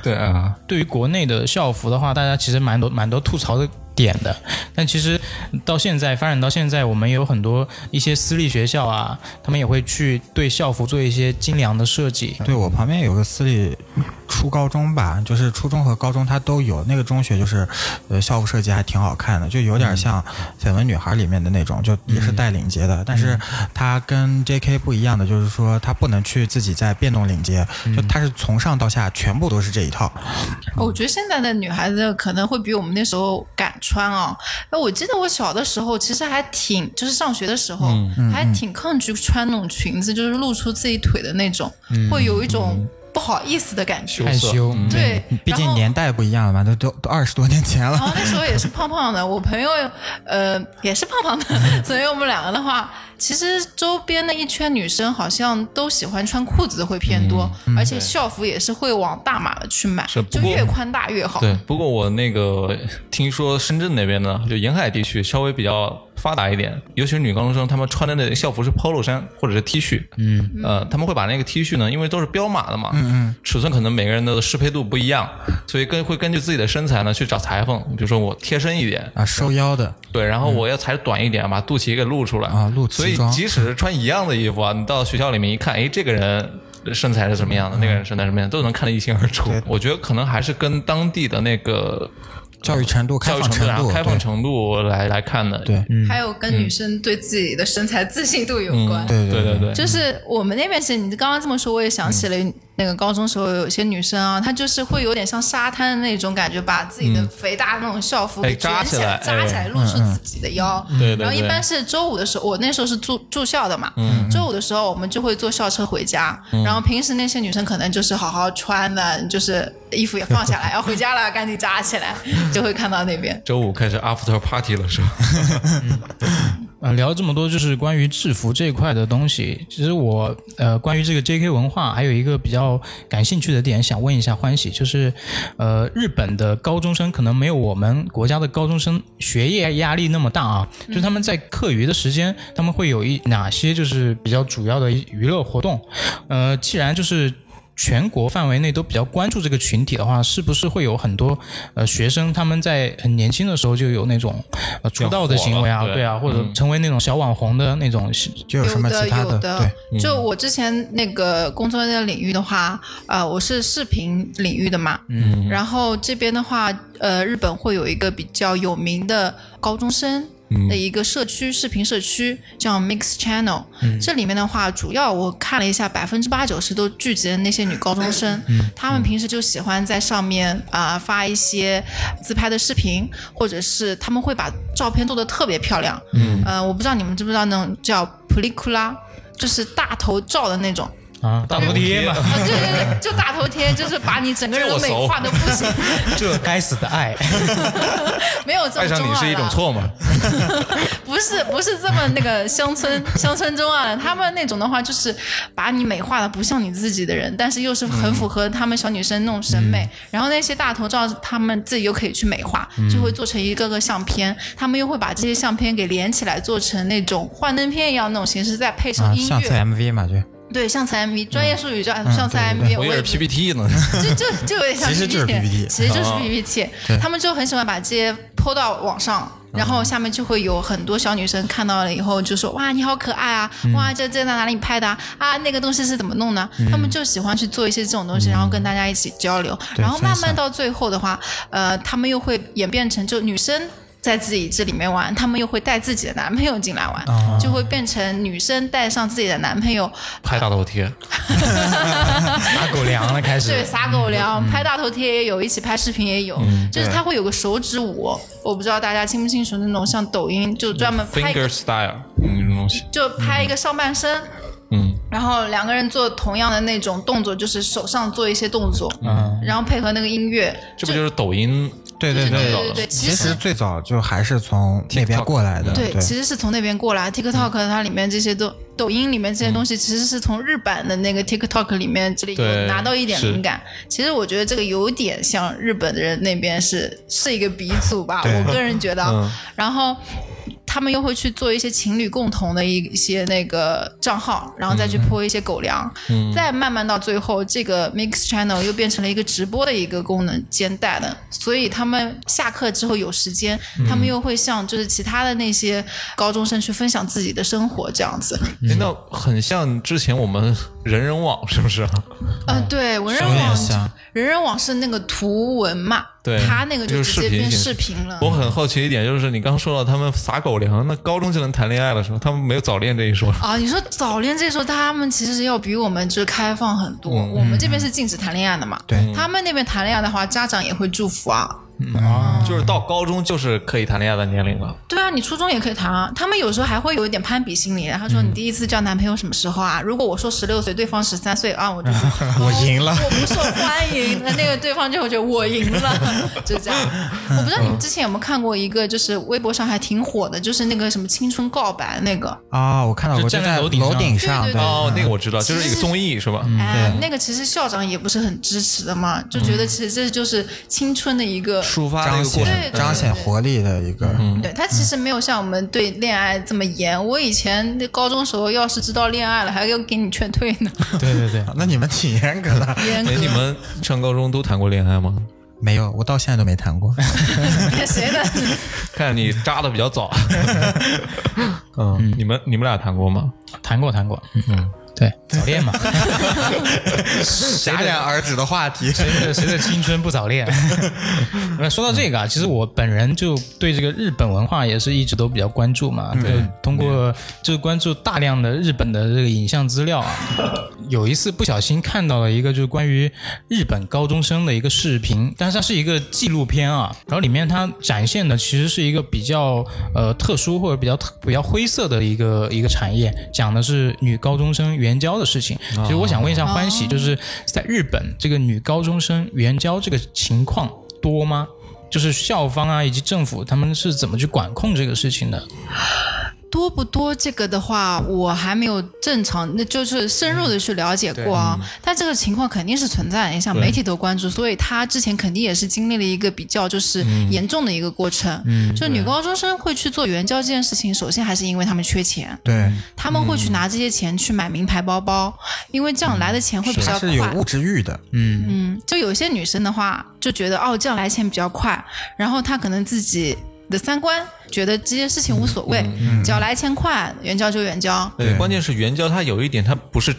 A: 对啊，
D: 对于国内的校服的话，大家其实蛮多蛮多吐槽的点的。但其实到现在发展到现在，我们有很多一些私立学校啊，他们也会去对校服做一些精良的设计。
C: 对我旁边有个私立初高中吧，就是初中和高中它都有。那个中学就是，呃，校服设计还挺好看的，就有点像《绯闻女孩》里面的那种，就也是带领结的。但是它跟 J.K. 不一样的就是说，它不能去自己再变动领结，就它是从上到下全部都是这一套。
B: 哦我觉得现在的女孩子可能会比我们那时候敢穿啊。哎，我记得我小的时候其实还挺，就是上学的时候、
A: 嗯
B: 还挺抗拒穿那种裙子，就是露出自己腿的那种，
A: 嗯
B: 会有一种不好意思的感觉。
D: 害羞，
B: 对，
C: 毕
B: 然
C: 竟
B: 后
C: 年代不一样了嘛，都都都二十多年 前
B: 然
C: 了。
B: 后哦那时候也是胖胖的，我朋友呃也是胖胖的， 所以我们两个的话，其实周边的一圈女生好像都喜欢穿裤子会偏多，而且校服也是会往大码的去买
A: 是，嗯不
B: 就
A: 过
B: 越宽大越好。
A: 对，不过我那个听说深圳那边呢，就沿海地区稍微比较发达一点，尤其是女高中生，她们穿的那个校服是 polo 衫或者是 T 恤，嗯，呃，她们会把那个 T 恤呢，因为都是标码的嘛，嗯嗯，尺寸可能每个人的适配度不一样，所以根会根据自己的身材呢去找裁缝，比如说我贴身一点，
C: 啊，收腰的，
A: 对，然后我要裁短一点，把肚脐给露出来
C: 嗯啊露脐
A: 所以
C: 装
A: 即使是穿一样的衣服啊，你到学校里面一看，哎，这个人身材是
C: 嗯
A: 什么样的，那个人身材什么样的，都能看得一清二楚。我觉得可能还是跟当地的那个
C: 教育程度、开
A: 教育
C: 放
A: 程度、
C: 程
A: 啊、
C: 度、
A: 开放程度来来看的。
C: 对
B: 还有
A: 嗯
B: 跟女生对自己的身材自信度有关。
C: 对
A: 对
C: 对
A: 对对，
B: 就是我们那边是你刚刚这么说，我也想起了那个高中时候有些女生啊，她就是会有点像沙滩的那种感觉，把自己的肥大的那种校服
A: 哎
B: 给
A: 扎
B: 卷
A: 起
B: 起来
A: 来，
B: 扎起
A: 哎
B: 来，露出自己的腰。
A: 对对
B: 然后一
A: 对
B: 般是周五的时候，我那时候是住住校的嘛，周五的时候我们就会坐校车回家。然后平时那些女生可能就是好好穿的，就是衣服也放下来，要回家了，赶紧扎起来，就会看到那边。
A: 周五开始 after party 了是吧？
D: 呃，聊了这么多就是关于制服这一块的东西。其实我呃，关于这个 J.K. 文化，还有一个比较感兴趣的点，想问一下欢喜，就是呃，日本的高中生可能没有我们国家的高中生学业压力那么大啊，就是他们在课余的时间，他们会有一哪些就是比较主要的娱乐活动？呃，既然就是。全国范围内都比较关注这个群体的话，是不是会有很多呃学生他们在很年轻的时候就有那种呃出道的行为啊，
A: 火了对
D: 对啊，或者
A: 嗯
D: 成为那种小网红的那种是
C: 就有什么其他
B: 有的
C: 对，
B: 有的就我之前那个工作的领域的话，呃，我是视频领域的嘛，嗯，然后这边的话，呃，日本会有一个比较有名的高中生。的一个社区视频社区叫 Mix Channel，、这里面的话，主要我看了一下，百分之八九十都聚集了那些女高中生，她们平时就喜欢在上面啊、发一些自拍的视频，或者是她们会把照片做得特别漂亮，嗯，呃，我不知道你们知不知道那种叫 p l i c u l a 就是大头照的那种。
D: 啊大头贴嘛，
B: 啊，对对 对，就大头贴，就是把你整个人
A: 这
B: 的
A: 我
B: 美
A: 熟
B: 化的不行，
D: 这该死的 爱，
B: 没有这么
A: 爱上
B: 中
A: 你是
B: 二
A: 一种
B: 了。
A: 错吗？
B: 不是不是这么那个乡村 乡村中啊，他们那种的话就是把你美化的不像你自己的人，但是又是很符合他们小女生那种审
A: 嗯
B: 美。然后那些大头照，他们自己又可以去美化，就会做成一个个相片，他们又会把这些相片给连起来，做成那种幻灯片一样那种形式，再配
C: 啊
B: 上，音
C: 像
B: 乐。
C: 次 MV 嘛，就
B: 对，像素 MV，专业术语
A: 嗯
B: 叫像素 MV，、
A: 我以
B: 也
A: 为是
B: 不
A: PPT 呢。
B: 就就就有点像
C: 其实就是 PPT
B: 其实就是
A: 哦
B: PPT，、
C: 啊对嗯
B: 他们就很喜欢把这些抛到网上。然后下面就会有很多小女生看到了以后就说哇你好可爱啊，
C: 嗯
B: 哇这这在哪里拍的啊？啊那个东西是怎么弄的？他们就喜欢去做一些这种东西，然后跟大家一起交流。
C: 嗯对
B: 然后慢
C: 分
B: 慢
C: 享
B: 到最后的话，呃，他们又会演变成就女生。在自己这里面玩，他们又会带自己的男朋友进来玩，
C: 哦
B: 就会变成女生带上自己的男朋友，
A: 拍大头贴，
D: 打狗粮了开
B: 对，
D: 始。
B: 撒狗粮、拍大头贴也有，一起拍视频也有，就是它会有个手指舞，我不知道大家清不清楚那种像抖音就专门拍一个
A: finger style 嗯，这种东西，
B: 就拍一个上半身，
A: 嗯，
B: 然后两个人做同样的那种动作，就是手上做一些动作，嗯，然后配合那个音乐，
A: 这不就是抖音？
C: 对对
B: 对
C: 对。
B: 对对，
C: 其实最早就还是从那边
A: TikTok
C: 过来的，
B: 对，其实是从那边过来。TikTok 它里面这些都，抖音里面这些东西，其实是从日版的那个 TikTok 里面这里
A: 对
B: 有拿到一点
A: 是
B: 灵感。其实我觉得这个有点像日本的人那边是是一个鼻祖吧，
C: 对
B: 我个人觉得。啊
A: 嗯
B: 然后。他们又会去做一些情侣共同的一些那个账号，然后再去
A: 嗯
B: 泼一些狗粮，再慢慢到最后，这个 Mix Channel 又变成了一个直播的一个功能兼带的，所以他们下课之后有时间，他
A: 嗯
B: 们又会向就是其他的那些高中生去分享自己的生活这样子。
C: 嗯
A: 哎那很像之前我们人人网是不是？啊
B: 嗯，对，文人
C: 有点
B: 网
C: 像，
B: 人人网是那个图文嘛，
A: 对
B: 他那个
A: 就
B: 就是直接
A: 视频
B: 变
A: 形
B: 视
A: 式
B: 频了。
A: 我很好奇一点，就是你刚说到他们撒狗粮，那高中就能谈恋爱了是吧？他们没有早恋这一说。
B: 啊，你说早恋这时候，他们其实要比我们就是开放很多。
A: 嗯
B: 我们这边是禁止谈恋爱的嘛，
C: 对
B: 他们那边谈恋爱的话，家长也会祝福啊。
A: 就是到高中就是可以谈恋爱的年龄了，
B: 对啊，你初中也可以谈啊。他们有时候还会有一点攀比心理，然后
C: 嗯
B: 说你第一次交男朋友什么时候啊？如果我说十六岁，对方十三岁啊，我就是、
C: 我赢了
B: 哦我不受欢迎，那那个对方就会觉得我赢了，就这 样。我不知道
C: 嗯
B: 你们之前有没有看过一个，就是微博上还挺火的，就是那个什么青春告白那个，
C: 啊，我看到
D: 就
C: 过，
D: 站在
C: 在
D: 楼顶上
B: 对
C: 顶
B: 对对
C: 对，嗯
A: 哦，那个我知
B: 啊
A: 道，就是一个综艺是吧？
B: 哎，那个其实校长也不是很支持的嘛，就觉得
C: 嗯
B: 其实这就是青春的一个。
A: 抒发这
C: 彰
A: 个
B: 对
A: 过程，
B: 对
C: 显彰显活力的一个，
B: 对他其实没有像我们对恋爱这么严。我以前高中时候要是知道恋爱了，还要给你劝退呢，
D: 对对对，
C: 啊那你们挺严格的。
B: 严格。
A: 哎，你们上高中都谈过恋爱吗？
C: 没有，我到现在都没谈 过。
B: 骗谁呢？
A: 看你扎的比
C: 嗯
A: 较早。嗯，你们你们俩谈过吗？
D: 谈过谈过，嗯 对，早恋嘛，
C: 戛然而止的话题。
D: 谁的谁的青春不早恋？那说到这个啊，其实我本人就对这个日本文化也是一直都比较关注嘛，就通过就关注大量的日本的这个影像资料啊。有一次不小心看到了一个就是关于日本高中生的一个视频，但是它是一个纪录片啊，然后里面它展现的其实是一个比较呃特殊或者比较特比较灰色的一个一个产业，讲的是女高中生援交的事情。其实我想问一下欢喜，就是在日本这个女高中生援交这个情况多吗？就是校方啊以及政府他们是怎么去管控这个事情的？
B: 多不多这个的话，我还没有正常，那就是深入的去了解过啊。
C: 嗯
B: 但这个情况肯定是存在，你想媒体都关注，所以他之前肯定也是经历了一个比较就是
C: 嗯
B: 严重的一个过程。就女高中生会去做援交这件事情，首先还是因为他们缺钱，
C: 对，
B: 他们会
C: 嗯
B: 去拿这些钱去买名牌包包，因为这样来的钱会比较
C: 他
B: 快。
C: 是有物质欲的，嗯，
B: 嗯，就有些女生的话，就觉得哦，这样来钱比较快，然后她可能自己的三观觉得这件事情无所谓，
A: 嗯
B: 只要来钱快，援交就援交。
A: 对，关键是援交，它有一点，它不是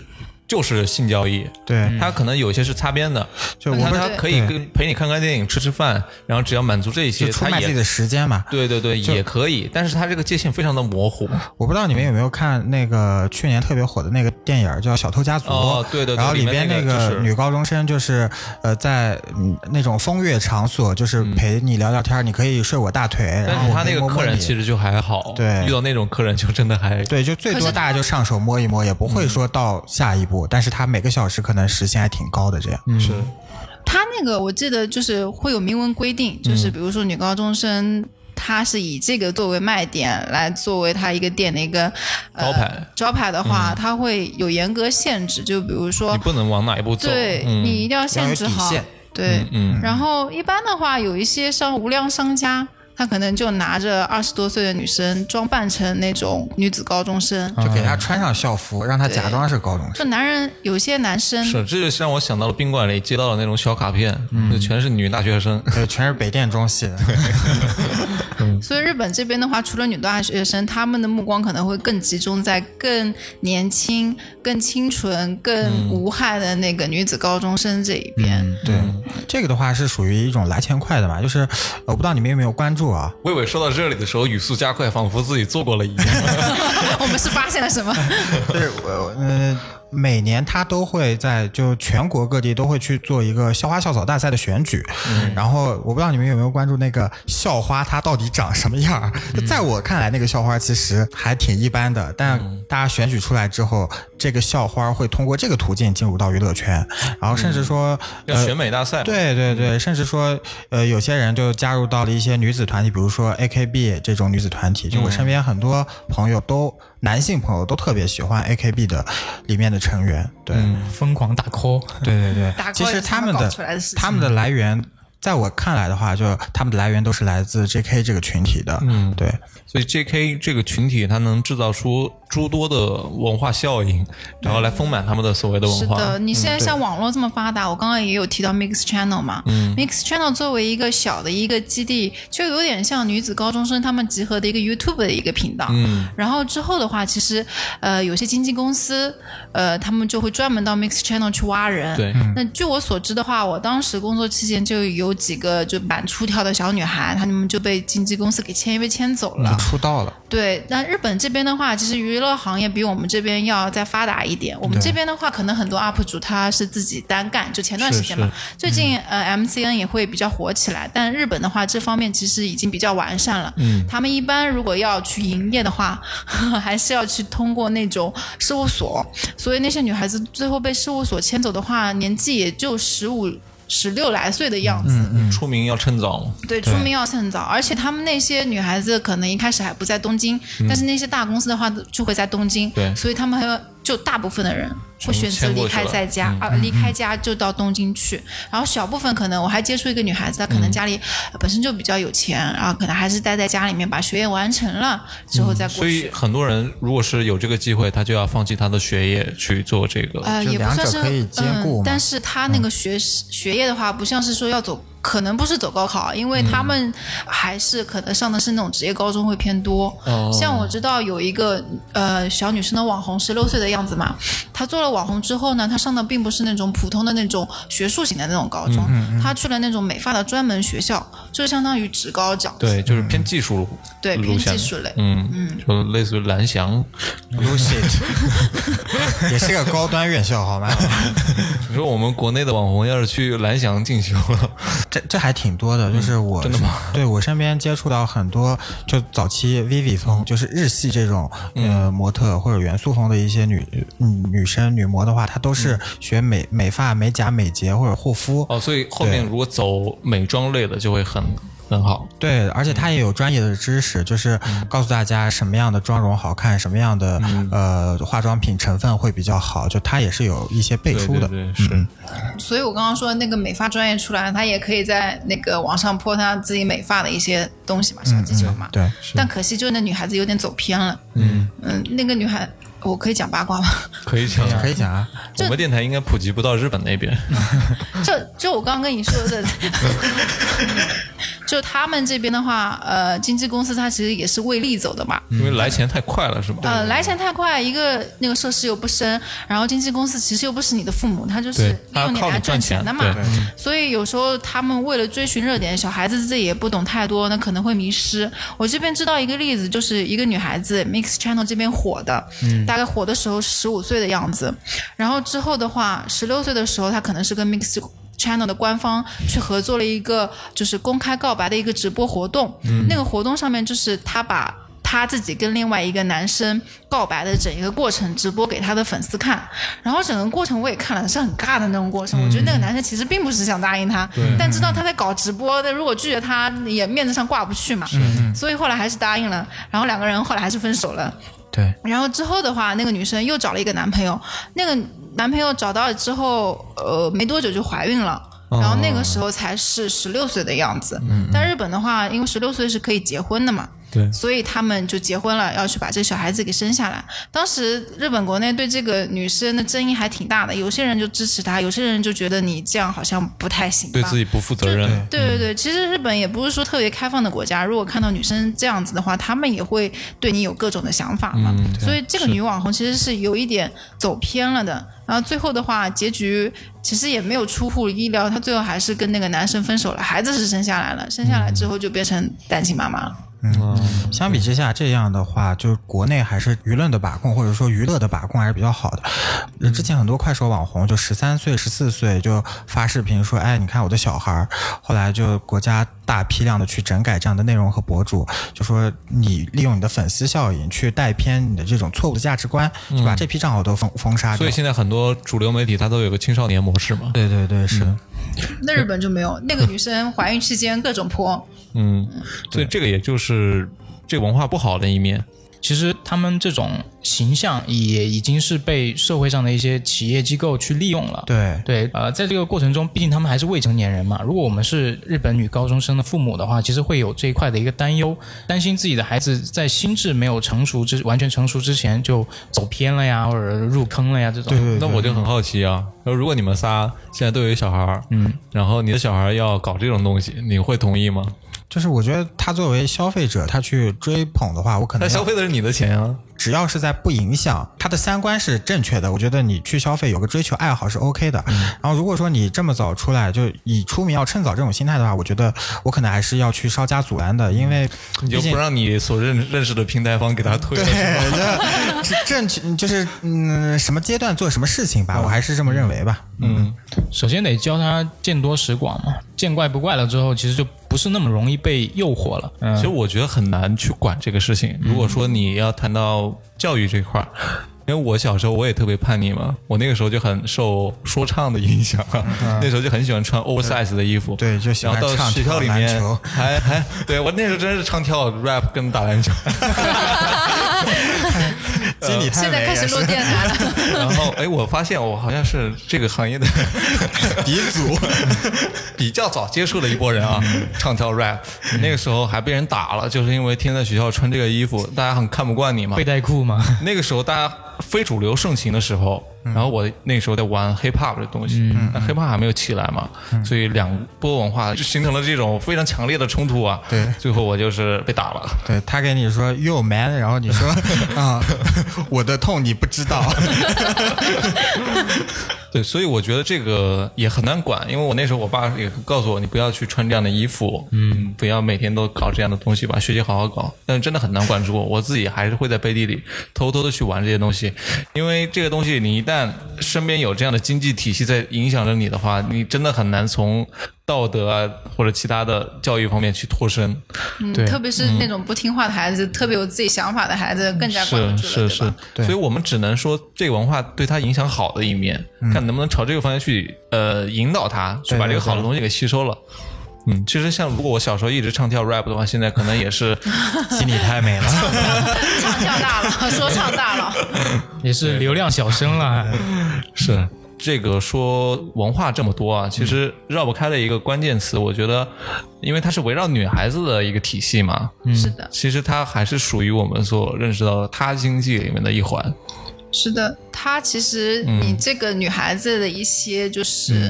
A: 就是性交易，
C: 对，
A: 它可能有些是擦边的，
C: 就
A: 但
C: 我
A: 它
C: 们
B: 对
A: 可以
C: 对
A: 跟陪你看看电影、吃吃饭，然后只要满足这一些，
C: 就出
A: 它
C: 卖自己
A: 也
C: 的时间嘛。
A: 对对对也可以，但是它这个界限非常的模糊。哦
C: 我不知道你们有没有看那个去年特别火的那个电影儿叫《小偷家族》，
A: 哦对对对
C: 然后
A: 里
C: 里
A: 面那
C: 边那
A: 个就是
C: 个女高中生就是呃在嗯那种风月场所，就是陪你聊聊天儿，你可以睡我大腿，然
A: 嗯但
C: 后
A: 是
C: 我
A: 他
C: 可
A: 那
C: 以
A: 个
C: 摸摸
A: 客人
C: 你
A: 其实就还好，
C: 对
A: 遇到那种客人就真的还
C: 对，就最
B: 可
C: 多
B: 是他
C: 大家就上手摸一摸，也不
A: 嗯
C: 会说到下一步，但是他每个小时可能时薪还挺高的，这样。
A: 是
B: 她那个我记得就是会有明文规定，就是
A: 嗯
B: 比如说女高中生。她是以这个作为卖点来作为她一个店的一个呃
A: 招牌嗯
B: 招牌的话，它会有严格限制。就比如说
A: 你，不能往哪一步走。
B: 对、
A: 嗯
B: 你一定要
C: 要
B: 限
C: 有
B: 制
C: 底
B: 好
C: 线，
B: 对，
A: 嗯
B: 然后一般的话，有一些商无良商家，他可能就拿着二十多岁的女生装扮成那种女子高中生，
C: 就给他穿上校服，让他假装是高中 生。
B: 就男人有些男生
A: 是，这就让我想到了宾馆里接到的那种小卡片，
C: 嗯
A: 就全是女大学 生。
C: 对，全是北电中戏 的。
B: 所以日本这边的话，除了女大学生，他们的目光可能会更集中在更年轻、更清纯、更
A: 嗯
B: 无害的那个女子高中生这一边。
C: 对，这个的话是属于一种来钱快的嘛，就是呃我不知道你们有没有关注啊？
A: 魏伟说到这里的时候，语速加快，仿佛自己做过了 一样。
B: 我们是发现了什么？
C: 就是我嗯、每年他都会在就全国各地都会去做一个校花校草大赛的选举，
A: 嗯
C: 然后我不知道你们有没有关注那个校花它到底长什么样儿？
A: 嗯
C: 就在我看来，那个校花其实还挺一般的，但
A: 嗯
C: 大家选举出来之后，这个校花会通过这个途径进入到娱乐圈，然后甚至说、
A: 嗯要选美大赛，，
C: 呃对对对，甚至说，呃，有些人就加入到了一些女子团体，比如说 AKB 这种女子团体。就我身边很多朋友都，男性朋友都特别喜欢 AKB 的里面的成员。对，
D: 疯狂打 call，
C: 对对对
B: 嗯打 call
C: 其实
B: 也是
C: 他
B: 他们
C: 们
B: 搞
C: 的
B: 出来的事情
C: 他们的来源，在我看来的话，就他们的来源都是来自 JK 这个群体的。嗯，对，
A: 所以 J.K. 这个群体，它能制造出诸多的文化效应，然后来丰满他们的所谓的
B: 是
A: 文化。
B: 的，你现在像网络这么发达，我刚刚也有提到 Mix Channel 嘛、m i x Channel 作为一个小的一个基地，就有点像女子高中生她们集合的一个 YouTube 的一个频道。嗯，然后之后的话，其实呃有些经纪公司，呃他们就会专门到 Mix Channel 去挖人。
A: 对，
B: 那据我所知的话，我当时工作期间就有几个就蛮出挑的小女孩，她们就被经纪公司给签约签走了
C: 就。出 道了。
B: 对，那日本这边的话，其实娱乐行业比我们这边要再发达一点。我们这边的话，可能很多 UP 主他是自己单干，就前段时间嘛，最近、呃 MCN 也会比较火起来。但日本的话，这方面其实已经比较完善了。嗯，他们一般如果要去营业的话， 还是要去通过那种事务所。所以那些女孩子最后被事务所牵走的话，年纪也就十五、十六来岁的样子。
A: 嗯出名要趁早嘛。
B: 对，出名要趁早，而且他们那些女孩子可能一开始还不在东京，但是那些大公司的话就会在东京，
A: 嗯对
B: 所以他们还有就大部分的人会选择
A: 全部
B: 离
A: 迁过去
B: 开
A: 了嗯
B: 在家啊，离开家就到东京去，然后小部分可能我还接触一个女孩子，她可
A: 嗯
B: 能家里呃本身就比较有钱，然后可能还是待在家里面把学业完成了之后再过
A: 嗯所以
B: 去，
A: 很多人如果是有这个机会，他就要放弃他的学业去做这个。
B: 呃，
C: 就
B: 也不算
C: 两者
B: 是
C: 可以兼
B: 嗯
C: 顾嘛，
B: 但是她那个学学业的话，不像是说要走可能不是走高考，啊因
C: 嗯
B: 为他们还是可能上的是那种职业高中会偏多。
A: 哦
B: 像我知道有一个呃小女生的网红，十六岁的样子嘛，她做了网红之后呢，她上的并不是那种普通的那种学术型的那种高
C: 嗯
B: 中，她去了那种美发的专门学校，就相当于职高这样子。
A: 对，就是偏技术
B: 对
A: 路
B: 偏
A: 线
B: 技
A: 的
B: 术类。
A: 嗯嗯，就类似于蓝翔。
C: Lucid 也是个高端院校，好吗？
A: 你说我们国内的网红要是去蓝翔进修了，
C: 这这还挺多的，就是
A: 嗯
C: 我、
A: 真的吗？
C: 对我身边接触到很多，就早期 Vivi
A: 嗯
C: 风，就是日系这种呃模特或者元素风的一些女嗯女生女模的话，她都是学美美发、美甲、美睫或者护肤。
A: 嗯哦，所以后面如果走美妆类的就会很很好。
C: 对，而且
A: 嗯
C: 她也有专业的知识，就是告诉大家什么样的妆容好看，什么样的、
A: 嗯
C: 呃化妆品成分会比较好，就她也是有一些背
A: 对
C: 书的。嗯
A: 对对，是。
B: 所以我刚刚说那个美发专业出来，她也可以在那个网上泼她自己美发的一些东
A: 嗯
B: 西嘛，小技巧嘛。
C: 对，
B: 但可惜，就是那女孩子有点走偏了。
A: 嗯
B: 嗯，那个女孩，我可以讲八卦吗？
A: 可以讲，
C: 可以讲啊。
A: 我们电台应该普及不到日本那边。
B: 就就我刚刚跟你说的， 就他们这边的话，呃，经纪公司它其实也是为利走的嘛。
C: 嗯
A: 因为来钱太快了，是吧？
B: 呃，来钱太快，一个那个设施又不深，然后经纪公司其实又不是你的父母，他就是
A: 对
B: 利用你
A: 他靠
B: 来
A: 你赚
B: 钱的嘛
A: 钱对。
B: 所以有时候他们为了追寻热点，小孩子自己也不懂太多，那可能会迷失。我这边知道一个例子，就是一个女孩子 Mix Channel 这边火的，大概火的时候十五岁的样子，然后之后的话，十六岁的时候，她可能是跟 Mix。Channel 的官方去合作了一个就是公开告白的一个直播活动，那个活动上面就是她把她自己跟另外一个男生告白的整一个过程直播给她的粉丝看，然后整个过程我也看了，是很尬的那种过程。我觉得那个男生其实并不是想答应她，但知道她在搞直播，但如果拒绝她也面子上挂不去嘛，所以后来还是答应了。然后两个人后来还是分手了。
C: 对，
B: 然后之后的话，那个女生又找了一个男朋友，那个男朋友找到了之后，呃，没多久就怀孕了。
A: 哦
B: 然后那个时候才是十六岁的样子，但日本的话，因为十六岁是可以结婚的嘛，
A: 嗯对
B: 所以他们就结婚了，要去把这小孩子给生下来。当时日本国内对这个女生的争议还挺大的，有些人就支持她，有些人就觉得你这样好像不太行吧，
A: 对自己不负责任，
B: 对对对，其实日本也不是说特别开放的国家，如果看到女生这样子的话，他们也会对你有各种的想法
A: 嗯
B: 嘛。嗯
A: 啊
B: 所以这个女网红其实是有一点走偏了的。然后最后的话，结局其实也没有出乎意料，她最后还是跟那个男生分手了，孩子是生下来了，生下来之后就变成单亲妈妈了。
C: 相比之下，这样的话，就是国内还是舆论的把控，或者说娱乐的把控还是比较好的。呃之前很多快手网红就十三岁、十四岁就发视频说：“哎，你看我的小孩儿。”后来就国家大批量的去整改这样的内容和博主，就说你利用你的粉丝效应去带偏你的这种错误的价值观，就把这批账号都封封杀
A: 嗯所
C: 掉
A: 以。现在很多主流媒体它都有个青少年模式嘛。
C: 对对对，是的。
A: 嗯
B: 那日本就没有， 那个女生怀孕期间各种泼，
A: 嗯，所以这个也就是这个文化不好的一面。
D: 其实他们这种形象也已经是被社会上的一些企业机构去利用了。
C: 对，
D: 对，呃，在这个过程中，毕竟他们还是未成年人嘛。如果我们是日本女高中生的父母的话，其实会有这一块的一个担忧，担心自己的孩子在心智没有成熟之完全成熟之前就走偏了呀，或者入坑了呀这种。
C: 对对
A: 那我就很好奇啊，那如果你们仨现在都有一小孩儿，嗯，然后你的小孩儿要搞这种东西，你会同意吗？
C: 就是我觉得他作为消费者，他去追捧的话，我可能
A: 那
C: 要
A: 消费的是你的钱啊，
C: 只要是在不影响他的三观是正确的，我觉得你去消费有个追求爱好是 OK 的。然后如果说你这么早出来就以出名要趁早这种心态的话，我觉得我可能还是要去稍加阻拦的，因为
A: 你就
C: 毕竟
A: 不让你所认认识的平台方给他推了，是吧
C: 对，这正确就是嗯什么阶段做什么事情吧，我还是这么认为吧。
A: 嗯，
D: 首先得教他见多识广嘛，见怪不怪了之后，其实就不是那么容易被诱惑了。嗯、
A: 其实我觉得很难去管这个事情。
C: 嗯
A: 如果说你要谈到教育这块儿，因为我小时候我也特别叛逆嘛，我那个时候就很受说唱的影响，啊那时候就很喜欢穿 oversize 的衣服，
C: 嗯对就喜
A: 然
C: 欢
A: 后到
C: 唱
A: 学校里
C: 跳篮
A: 面
C: 球
A: 还还对我那时候真是唱跳 rap 跟打 篮球，
C: 经理太
B: 现在
C: 美
B: 开始录电台了。
A: 然后哎，我发现我好像是这个行业 的鼻祖，比较早接触了一波人啊，
C: 嗯
A: 唱跳 rap，那个时候还被
D: 啊
A: 人打了，就是因为天天在学校穿这个衣服，大家很看不惯你嘛，
D: 背带裤嘛，
A: 那个时候大家非主流盛行的时候，然后我那时候在玩 hip hop 的东西，那 hip hop 还没有起来嘛，所以两波文化就形成了这种非常强烈的冲突啊。
C: 对
A: 最后我就是被打了。
C: 对他给你说 “you man”，然后你 说啊，我的痛你不知道。
A: 对，所以我觉得这个也很难管，因为我那时候我爸也告诉我，你不要去穿这样的衣服，嗯，不要每天都搞这样的东西吧，学习好好搞。但是真的很难管住我，我自己还是会在背地里偷偷的去玩这些东西，因为这个东西你一旦身边有这样的经济体系在影响着你的话，你真的很难从道德啊或者其他的教育方面去脱身。
B: 嗯
D: 对
B: 特别是那种不听话的孩子，特别有自己想法的孩子，更加管不住了，
A: 是是
B: 对
A: 是
B: 吧？，
C: 对
A: 所以我们只能说这个文化对他影响好的一面，看能不能朝这个方向去呃引导他，去把这个好的东西给吸收了。嗯，其实像如果我小时候一直唱跳 rap 的话，现在可能也 是
C: 心里太美了。
B: 唱跳大佬，说唱大佬，
D: 也是流量小生了。
A: 是这个说文化这么多啊，其实绕不开的一个关键词，我觉得，因为它是围绕女孩子的一个体系嘛，
B: 是的，
A: 其实它还是属于我们所认识到的他经济里面的一环。
B: 是的，她其实
A: 嗯
B: 你这个女孩子的一些就是，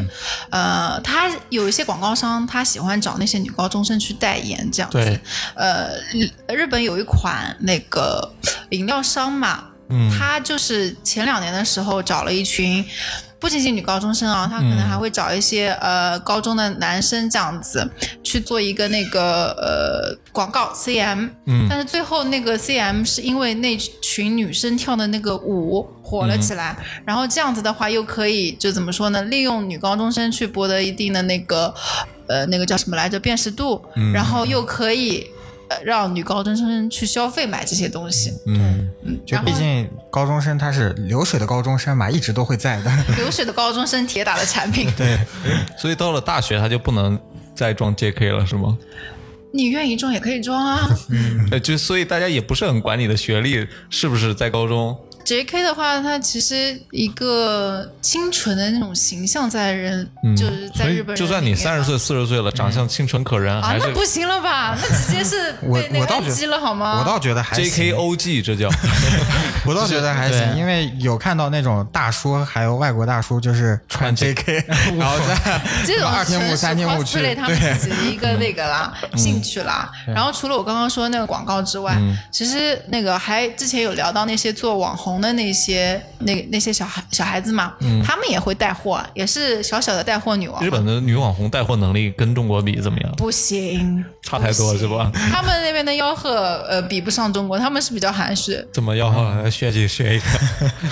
A: 嗯
B: 呃，她有一些广告商，她喜欢找那些女高中生去代言这样子
A: 对。
B: 呃，日日本有一款那个饮料商嘛，
A: 嗯
B: 她就是前两年的时候找了一群。不仅仅女高中生啊，她可
A: 嗯
B: 能还会找一些、呃高中的男生这样子去做一个那个呃广告 CM，
A: 嗯
B: 但是最后那个 CM 是因为那群女生跳的那个舞火了起
A: 嗯
B: 来，然后这样子的话又可以就怎么说呢？利用女高中生去博得一定的那个呃那个叫什么来着辨识度，
A: 嗯
B: 然后又可以。呃让女高中生去消费买这些东西，
A: 嗯，
B: 嗯，
C: 就
B: 然后
C: 毕竟高中生他是流水的高中生嘛，一直都会在的。
A: 嗯
B: 流水的高中生铁打的产品，
A: 所以到了大学，他就不能再装 JK 了，是吗？
B: 你愿意装也可以装啊。
A: 呃，就所以大家也不是很管你的学历是不是在高中，
B: J.K. 的话，它其实一个清纯的那种形象在人，就是在
A: 嗯所以
B: 日本人里面嘛，
A: 就算你三十岁、四十岁了，长相清纯可人，
B: 啊
A: 还，
B: 那
A: 是
B: 不行了 吧？那直接是
C: 我
B: 被那
C: 我
B: 个
C: 倒
B: I
C: 觉
B: 机了好吗？
C: 我倒觉得还行
A: JKOG 这叫
C: 我倒觉得还
D: 就是
C: 行，
D: 对
C: 因为有看到那种大叔，还有外国大叔，就是穿 JK，然 后在
B: 这种
C: 二天
B: 纯
C: 目、
B: 属
C: 三天目去，
B: cosplay 他们
C: 对，嗯
B: 自己的一个那个啦，兴趣啦。然后除了我刚刚说的那个广告之外，其实那个还之前有聊到那些做网红的那些那那些小孩小孩子嘛，
C: 嗯
B: 他们也会带货，也是小小的带货女王。
A: 日本的女网红带货能力跟中国比怎么样？
B: 不行，
A: 差太多了是吧？
B: 他们那边的吆喝呃比不上中国，他们是比较含蓄，
A: 怎么要呃学习学一个？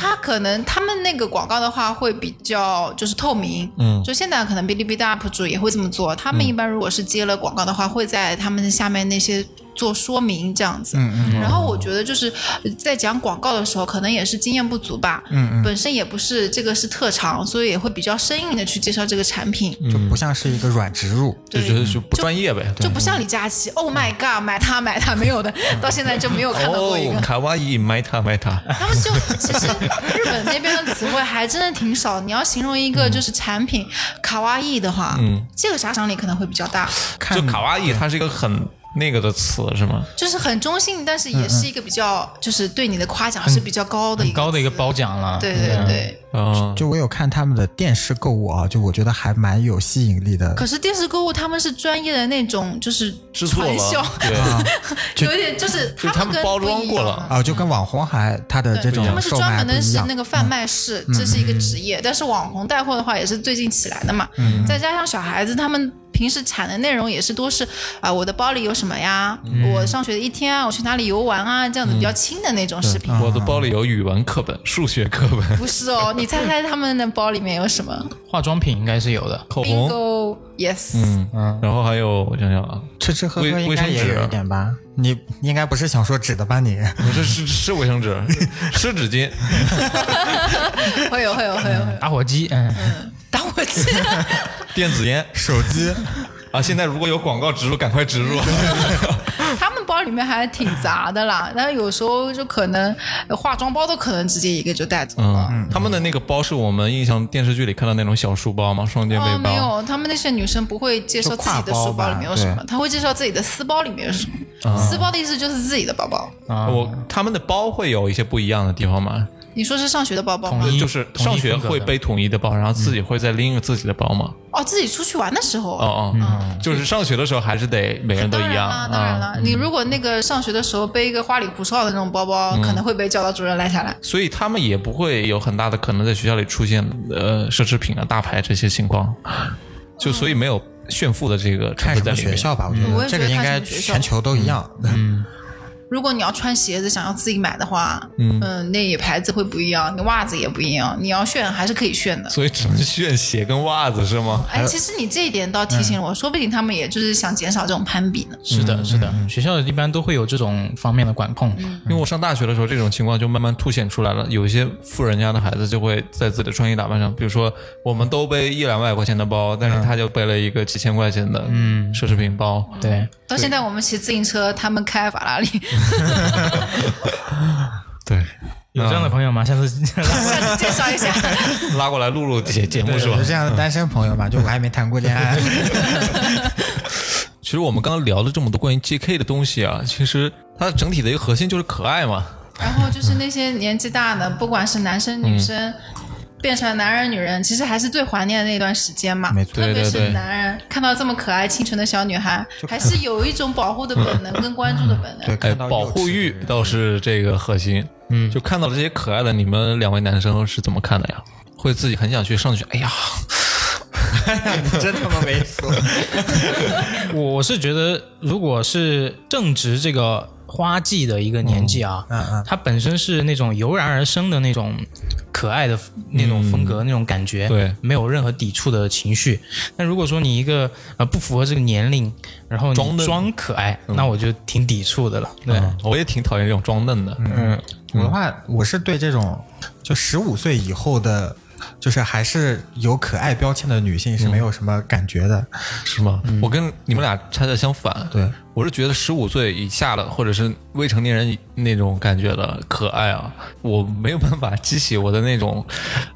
B: 他可能他们那个广告的话会比较就是透明，
A: 嗯
B: 就现在可能哔哩哔哩的 UP 主也会这么做。他们一般如果是接了广告的话，会在他们下面那些做说明这样子。
C: 嗯
B: 然后我觉得就是呃在讲广告的时候，可能也是经验不足吧，
C: 嗯
B: 本身也不是这个是特长，所以也会比较生硬的去介绍这个产品。
C: 嗯，就不像是一个软植入。
A: 就
B: 对
A: 觉得就不专业呗。
B: 就不像李佳琦，Oh my god，买它买它没有的，到现在就没有看到过一个
A: 哦，。卡哇伊，买它买它。
B: 他们就 其实日本那边的词汇还真的挺少。你要形容一个就是产品卡哇伊的话，
A: 嗯
B: 这个杀伤力可能会比较大，
C: 看
A: 就卡哇伊，它是一个很那个的词是吗？
B: 就是很中性，但是也是一个比较
A: 嗯
B: 就是对你的夸奖是比较高的一
D: 很
B: 个
D: 高的一个
B: 词
D: 褒奖了。
B: 对对对。
A: 啊，
C: 就我有看他们的电视购物啊，就我觉得还蛮有吸引力的。
B: 可是电视购物他们是专业的那种，就是
A: 制作
B: 传销
A: 了，，对，
B: 有点就是
A: 就是
B: 他
A: 他
B: 们
A: 们
B: 跟
A: 包装
B: 不一
A: 过
B: 样
A: 了
B: 啊
C: 啊，就跟网红还他的这种
B: 他们是
C: 售
B: 专
C: 卖
B: 门
C: 不
B: 的
C: 一
B: 是
C: 样嗯
B: 那。个贩卖室，这是一个职业。但是网红带货的话，也是最近起来的嘛。
C: 嗯
B: 再加上小孩子他们平时产的内容也是多是啊、我的包里有什么呀？
C: 嗯
B: 我上学的一天啊，我去哪里游玩啊？这样子比较轻的那种视频。
C: 嗯
A: 我的包里有语文课本、数学课本、
B: 不是哦，你猜猜他们的包里面有什么
D: 化妆品应该是有的。
A: 口红，
B: ？Bingo，yes，、
A: 嗯，然后还有我想想啊，
C: 吃吃喝
A: 卫
C: 喝应该也
A: 卫生纸
C: 有一点吧？你应该不是想说纸的吧？你
A: 我这是是卫生纸，湿纸巾，
B: 会有会有会有会有。
D: 打火机，嗯，
B: 打火机，
A: 电子烟
C: 手机
A: 啊！现在如果有广告植入，赶快植入。
B: 他们包里面还挺杂的啦，但是有时候就可能呃化妆包都可能直接一个就带走了。
A: 嗯，他们的那个包是我们印象电视剧里看到那种小书包吗？双肩背
B: 哦，没
A: 包。
B: 有，他们那些女生不会介绍
C: 就
B: 自
C: 挎
B: 己的书
C: 包吧
B: 包里面有什么，她会介绍自己的私包里面有什么。私包的意思就是自己的包包，
D: 啊，
A: 我他们的包会有一些不一样的地方吗？
B: 你说是上学的包包吗
D: 统？一
A: 就是上学会背统一的包，然后自己会再拎一个自己的包嘛。
B: 哦，自己出去玩的时候啊。
A: 哦哦，就是上学的时候还是得每人都
B: 当
A: 一
B: 然
A: 样
B: 啦，当然
A: 啊。
B: 了。你如果那个上学的时候背一个花里胡哨的那种包包，可能会被教导主任拦下来。
A: 所以他们也不会有很大的可能在学校里出现呃奢侈品啊、大牌这些情况，就所以没有炫富的这个成
C: 看
A: 分
C: 什
A: 在
C: 么
A: 里面嗯
C: 学。校吧，我觉
B: 嗯我
C: 得
B: 也
C: 这个
B: 觉得
C: 应
B: 看
C: 该
B: 什么学校
C: 全球都一样。
B: 如果你要穿鞋子想要自己买的话，嗯那也牌子会不一样，你袜子也不一样，你要炫还是可以炫的。
A: 所以只能炫鞋跟袜子是吗？
B: 哎，其实你这一点倒提醒了我，说不定他们也就是想减少这种攀比呢。
D: 是的，是的，学校一般都会有这种方面的管控。
A: 因为我上大学的时候，这种情况就慢慢凸显出来了。有一些富人家的孩子就会在自己的穿衣打扮上，比如说我们都背一两百块钱的包，但是他就背了一个几千块钱的奢侈品包。
D: 对，
B: 到现在我们骑自行车，他们开法拉利，
A: 对，
D: 有这
A: 嗯
D: 样的朋友吗？下次
B: 下次介绍一下。
A: 拉过来录录节节目是吧
C: 有？这样的单身朋友嘛，就我还没谈过恋爱，
A: 其实我们刚刚聊了这么多关于 JK 的东西啊，其实它整体的一个核心就是可爱嘛。
B: 然后就是那些年纪大的，不管是男生女生。变成了男人、女人，其实还是最怀念那段时间嘛。
C: 没错
B: 特别
A: 对对
B: 是
A: 对
B: 男人看到这么可爱、清纯的小女孩，还是有一种保护的本能跟关注的本能
C: 对，。
A: 哎，
C: 看到
A: 保
C: 幼
A: 护
C: 稚
A: 欲倒是这个核心。嗯，就看到这些可爱的，你们两位男生是怎么看的呀？会自己很想去上去？哎呀，
C: 真他妈猥琐！
D: 我我是觉得，如果是正值这个花季的一个年纪啊，
C: 嗯嗯
D: 它本身是那种油然而生的那种可爱的那种风格、那种感觉，
A: 对
D: 没有任何抵触的情绪。但如果说你一个呃不符合这个年龄，然后
A: 装
D: 你
A: 嫩
D: 装可爱，那我就挺抵触的了。对，
A: 嗯我也挺讨厌这种装嫩的。嗯，
C: 我的话，我是对这种就十五岁以后的，就是还是有可爱标签的女性是没有什么感觉的。
A: 是吗？我跟你们俩恰恰相反。
C: 嗯对，
A: 我是觉得十五岁以下的，或者是未成年人那种感觉的可爱啊，我没有办法激起我的那种，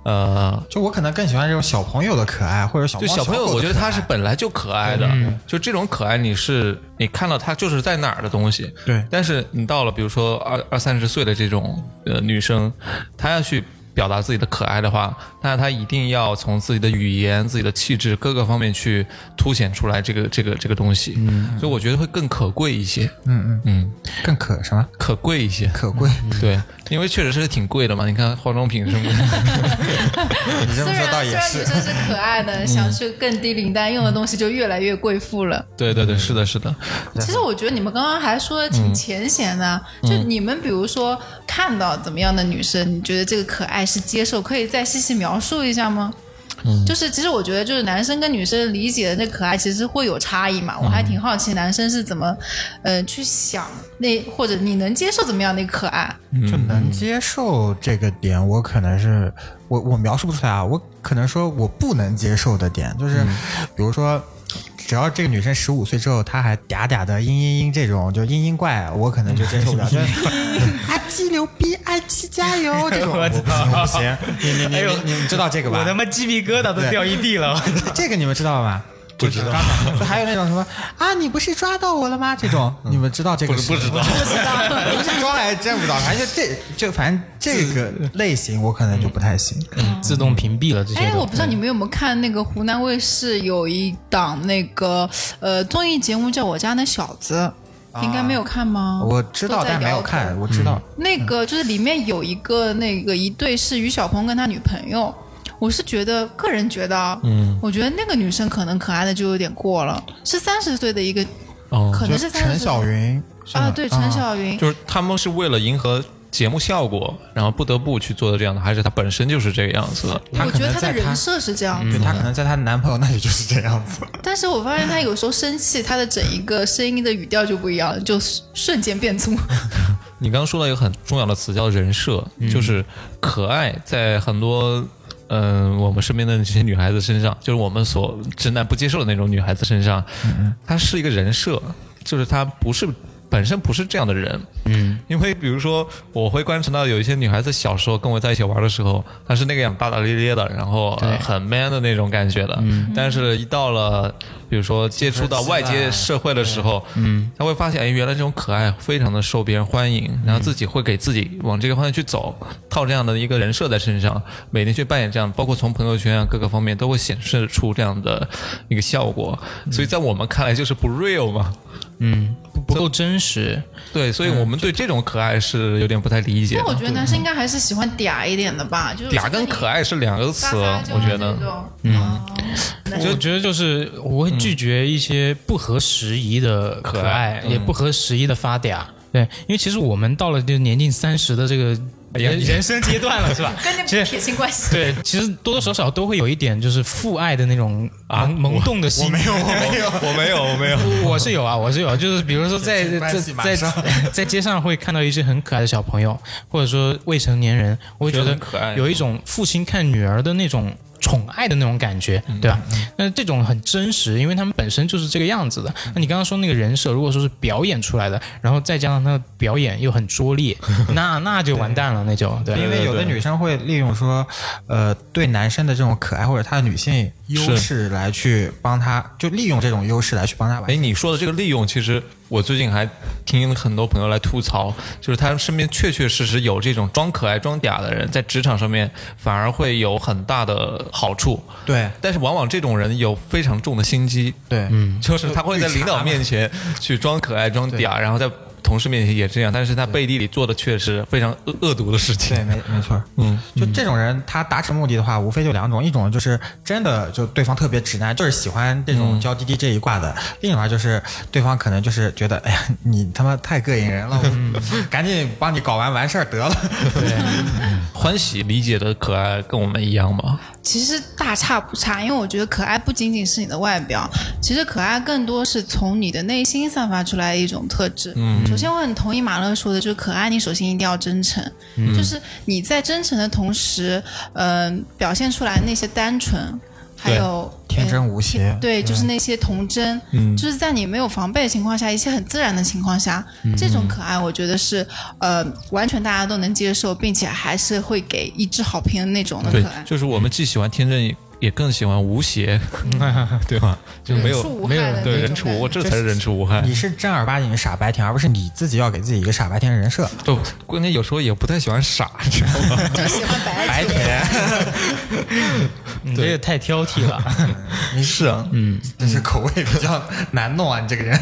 A: 呃，
C: 就我可能更喜欢这种小朋友的可爱，或者小
A: 就
C: 猫
A: 小朋友，
C: 狗的
A: 我觉得
C: 可爱
A: 他是本来就可爱的，就这种可爱，你是你看到他就是在哪儿的东西。
C: 对
A: 但是你到了比如说二二三十岁的这种呃女生，她要去表达自己的可爱的话，那她一定要从自己的语言、自己的气质各个方面去凸显出来这个这个这个东西。嗯，所以我觉得会更可贵一些。
C: 嗯嗯，
A: 嗯，
C: 更可什么
A: 可贵一些。
C: 可贵。
A: 对，因为确实是挺贵的嘛，你看化妆品什么 的。
C: 你这
B: 虽
C: 么说
B: 然
C: 倒
B: 虽
C: 也
B: 然女
C: 是，
B: 生是可爱
A: 嗯
B: 的，想去更低龄，但用的东西就越来越贵妇了。
A: 对对对，是的，是的。
B: 其实我觉得你们刚刚还说的挺浅显的，就你们比如说看到怎么样的女生，你觉得这个可爱是接受，可以再细细描述一下吗？就是其实我觉得，就是男生跟女生理解的那可爱其实会有差异嘛。我还挺好奇男生是怎么，呃，去想那或者你能接受怎么样的可爱？
C: 就能接受这个点，我可能是我我描述不出来啊，我可能说我不能接受的点就是，比如说。只要这个女生十五岁之后，她还嗲嗲的嘤嘤嘤这种，就嘤嘤怪，我可能就接受不了。就是阿基牛逼，阿基加油这种，我不行，我不行。你你
D: 哎呦
C: 你你你知道这个吧？
D: 妈鸡皮疙瘩都掉一地了。
C: 这 这个你们知道吗？不知道。就还有那种什么啊，你不是抓到我了吗？这种你们知道这个是不知道？不知道， 不是抓来真不知道。反正就这就反正这个类型我可能就不太行。
B: 嗯
D: 自动屏蔽了这些
B: 哎，
D: 都。
B: 我不知道你们有没有看那个湖南卫视有一档那个呃综艺节目叫《我家那小子》，应该没有看吗？
C: 我知道，
B: 都在
C: 但没有
B: 摇头
C: 看。我知道，
B: 那个就是里面有一个那个一对是于晓鹏跟他女朋友，我是觉得个人觉得啊，嗯，我觉得那个女生可能可爱的就有点过了，是三十岁的一个，
A: 哦，
B: 可
C: 就
B: 能是
C: 是
B: 三
C: 陈
B: 十岁
C: 小云是吗
B: 啊，对，陈晓云。
A: 就是他们是为了迎合节目效果，然后不得不去做的这样的，还是他本身就是这个样子的？
C: 她
B: 我
C: 可
B: 觉得
C: 能
B: 她
C: 在嗯
B: 的
C: 她
B: 人设是这样子，
C: 对她可能在她男朋友那里就是这样子。
B: 但是我发现她有时候生气，她的整一个声音的语调就不一样了，就瞬间变粗。
A: 你刚刚说到一个很重要的词叫人设，就是可爱，在很多嗯、我们身边的这些女孩子身上，就是我们所直男不接受的那种女孩子身上，她是一个人设，就是她不是本身不是这样的人，
D: 嗯，
A: 因为比如说我会观察到有一些女孩子小时候跟我在一起玩的时候，她是那个样大大咧咧的，然后呃
D: 对嗯
A: 很 man 的那种感觉的，但是一到了比如说接触到外界社会的时候，嗯，她会发现哎原来这种可爱非常的受别人欢迎，然后自己会给自己往这个方向去走，套这样的一个人设在身上，每天去扮演这样，包括从朋友圈啊各个方面都会显示出这样的一个效果，所以在我们看来就是不 real 嘛，
D: 嗯，不不够真实，
A: 对，所以我们对这种可爱是有点不太理解
B: 那我
A: 的。
B: 觉得男生应该还是喜欢嗲一点的吧，就是
A: 嗲跟可爱是两个词，我觉得。
B: 嗯，
D: 我觉得就是我会拒绝一些不合时宜的可爱，
A: 嗯
D: 也不合时宜的发嗲。对，因为其实我们到了就年近三十的这个
A: 哎呀
D: 人人生阶段了，是吧？
B: 跟你
D: 其实
B: 撇清关系。
D: 对，其实多多少少都会有一点就是父爱的那种
A: 啊
D: 萌萌动的心。没有，
A: 我没有，我没有，我没有。
D: 我是有啊，我是有啊，就是比如说在
C: 亲关
D: 在
C: 系
D: 在
C: 马上
D: 在街上会看到一些很可爱的小朋友，或者说未成年人，我会觉
A: 觉得
D: 得
A: 很可爱
D: 有一种父亲看女儿的那种。宠爱的那种感觉，对吧？那这种很真实，因为他们本身就是这个样子的。那你刚刚说那个人设，如果说是表演出来的，然后再加上他的表演又很拙劣，那那就完蛋了，那就对。
C: 因为有的女生会利用说，呃，对男生的这种可爱或者他的女性优势来去帮他，就利用这种优势来去帮他
A: 哎，
C: 完。
A: 你说的这个利用，其实我最近还听很多朋友来吐槽，就是他们身边确确实实有这种装可爱、装嗲的人，在职场上面反而会有很大的好处。
C: 对
A: 但是往往这种人有非常重的心机，
C: 对，嗯，
A: 就是他会在领导面前去装可爱、装嗲，然后在同事面前也这样，但是他背地里做的确实非常恶恶毒的事情
C: 对，。没没错，嗯，就这种人，他达成目的的话，无非就两种，一种就是真的就对方特别直男，就是喜欢这种娇滴滴这一挂的；，另一种就是对方可能就是觉得，哎呀，你他妈太膈应人了，我 赶紧帮你搞完完事儿得了。
A: 欢喜理解的可爱跟我们一样吗？
B: 其实大差不差，因为我觉得可爱不仅仅是你的外表，其实可爱更多是从你的内心散发出来的一种特质。嗯，首先我很同意马乐说的，就是可爱，你首先一定要真诚，
A: 嗯
B: 就是你在真诚的同时，嗯、表现出来那些单纯，还
A: 对嗯
B: 有
C: 天真无邪，
B: 对，就是那些童真，就是在你没有防备的情况下，一切很自然的情况下，
A: 嗯
B: 这种可爱，我觉得是呃，完全大家都能接受，并且还是会给一致好评的那种的
A: 对
B: 可爱，。
A: 就是我们既喜欢天真，也也更喜欢无 邪，对吧？就没
B: 人畜
A: 有
B: 无害的那
A: 对
B: 种
A: 人畜
B: 感觉
A: 无，这才是人畜无害
C: 你。是正儿八经的傻白甜，而不是你自己要给自己一个傻白甜人设。
A: 就哦关键有时候也不太喜欢傻，你知 道吗？
B: 就喜欢白白 甜。
D: 你嗯这也太挑剔了。
C: 是啊，嗯，就是口味比较难弄啊，你这个人。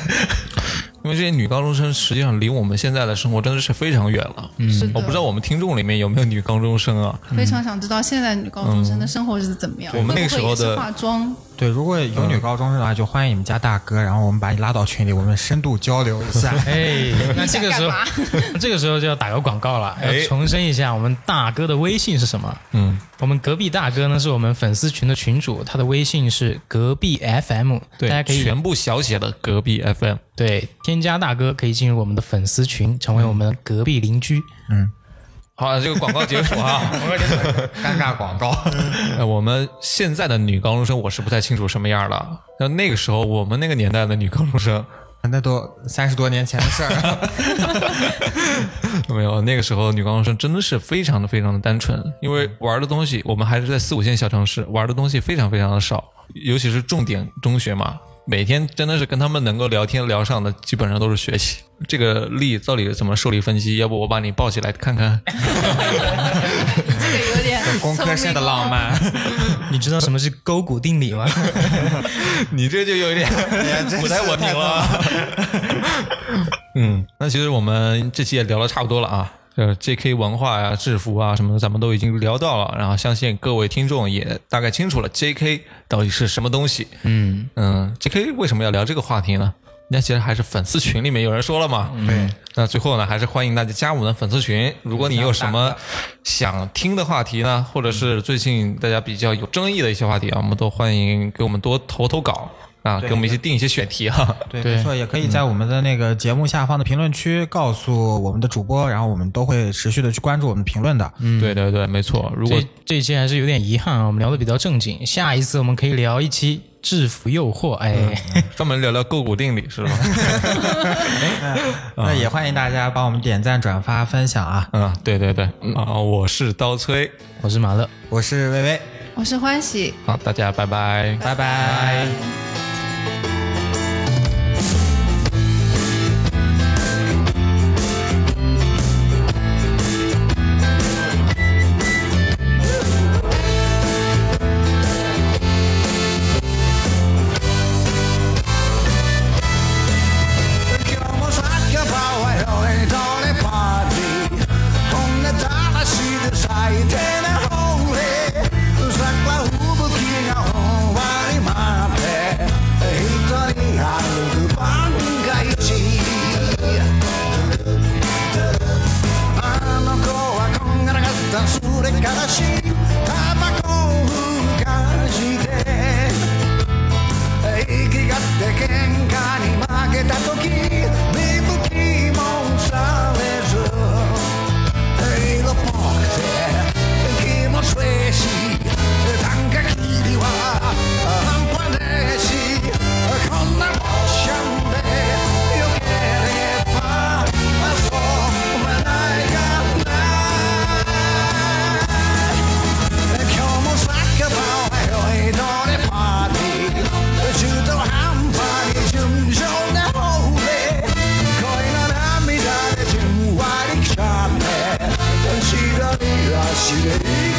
A: 因为这些女高中生实际上离我们现在的生活真的是非常远了。
B: 是的
A: 嗯我不知道我们听众里面有没有女高中生啊？
B: 非常想知道现在女高中生的生活是怎么样，
A: 嗯我们
B: 会
A: 那个
B: 不会
A: 时候
B: 也是
A: 的
B: 化妆，
C: 对，如果有女高中生的话，就欢迎你们家大哥，然后我们把你拉到群里，我们深度交流一下。
D: 哎，那这个时候
B: 你想，
D: 这个时候就要打个广告了，
A: 哎
D: 要重申一下我们大哥的微信是什么？
A: 嗯，
D: 我们隔壁大哥呢是我们粉丝群的群主，他的微信是隔壁 FM，
A: 对，
D: 大家可以
A: 全部小写的隔壁 FM。
D: 对添加大哥，可以进入我们的粉丝群，成为我们的隔壁邻居。
A: 好，这个广告结束啊。
C: 尴尬广告，
A: 呃，我们现在的女高中生，我是不太清楚什么样了。那那个时候，我们那个年代的女高中生，
C: 啊那都三十多年前的事儿 了。
A: 没有，那个时候女高中生真的是非常的非常的单纯，因为玩的东西，我们还是在四五线小城市玩的东西非常非常的少，尤其是重点中学嘛，每天真的是跟他们能够聊天聊上的，基本上都是学习。这个力到底怎么受力分析？要不我把你抱起来看看？
B: 这个有点
C: 工科生的浪漫，
D: 嗯你知道什么是勾股定理吗？
A: 你这就有一点不太文明了。嗯，那其实我们这期也聊的差不多了啊。呃，J.K. 文化呀、制服啊什么的，咱们都已经聊到了，然后相信各位听众也大概清楚了 J.K. 到底是什么东西。
D: 嗯，
A: 嗯，J.K. 为什么要聊这个话题呢？那其实还是粉丝群里面有人说了嘛。嗯对。那最后呢，还是欢迎大家加我们的粉丝群。如果你有什么想听的话题呢，或者是最近大家比较有争议的一些话题啊，我们都欢迎给我们多投投稿。啊，给我们一起定一些选题啊哈。
C: 对，
D: 对
C: 没错，也可以在我们的那个节目下方的评论区告诉我们的主播，然后我们都会持续的去关注我们评论的。
A: 对对对，没错。如果
D: 这这一期还是有点遗憾啊，我们聊的比较正经，下一次我们可以聊一期制服诱惑，哎。
A: 专门聊聊勾股定理是吧？
C: 那也欢迎大家帮我们点赞、转发、分享啊！
A: 嗯，对对对。啊，我是刀崔。
D: 我是马乐。
C: 我是薇薇，
B: 我是欢喜，
A: 好，大家拜拜。
C: 拜拜
E: それからしいタバコをふかして息がって喧嘩に負けた時見向きもされず色っぽくて気もせえし短歌切りは半端ねえしこんなオーシャンでよければ遊ばないがない今日もサッカー場へ酔いどれパーティー中途半端に純情な方で恋の涙でじんわりきちゃって千鳥足で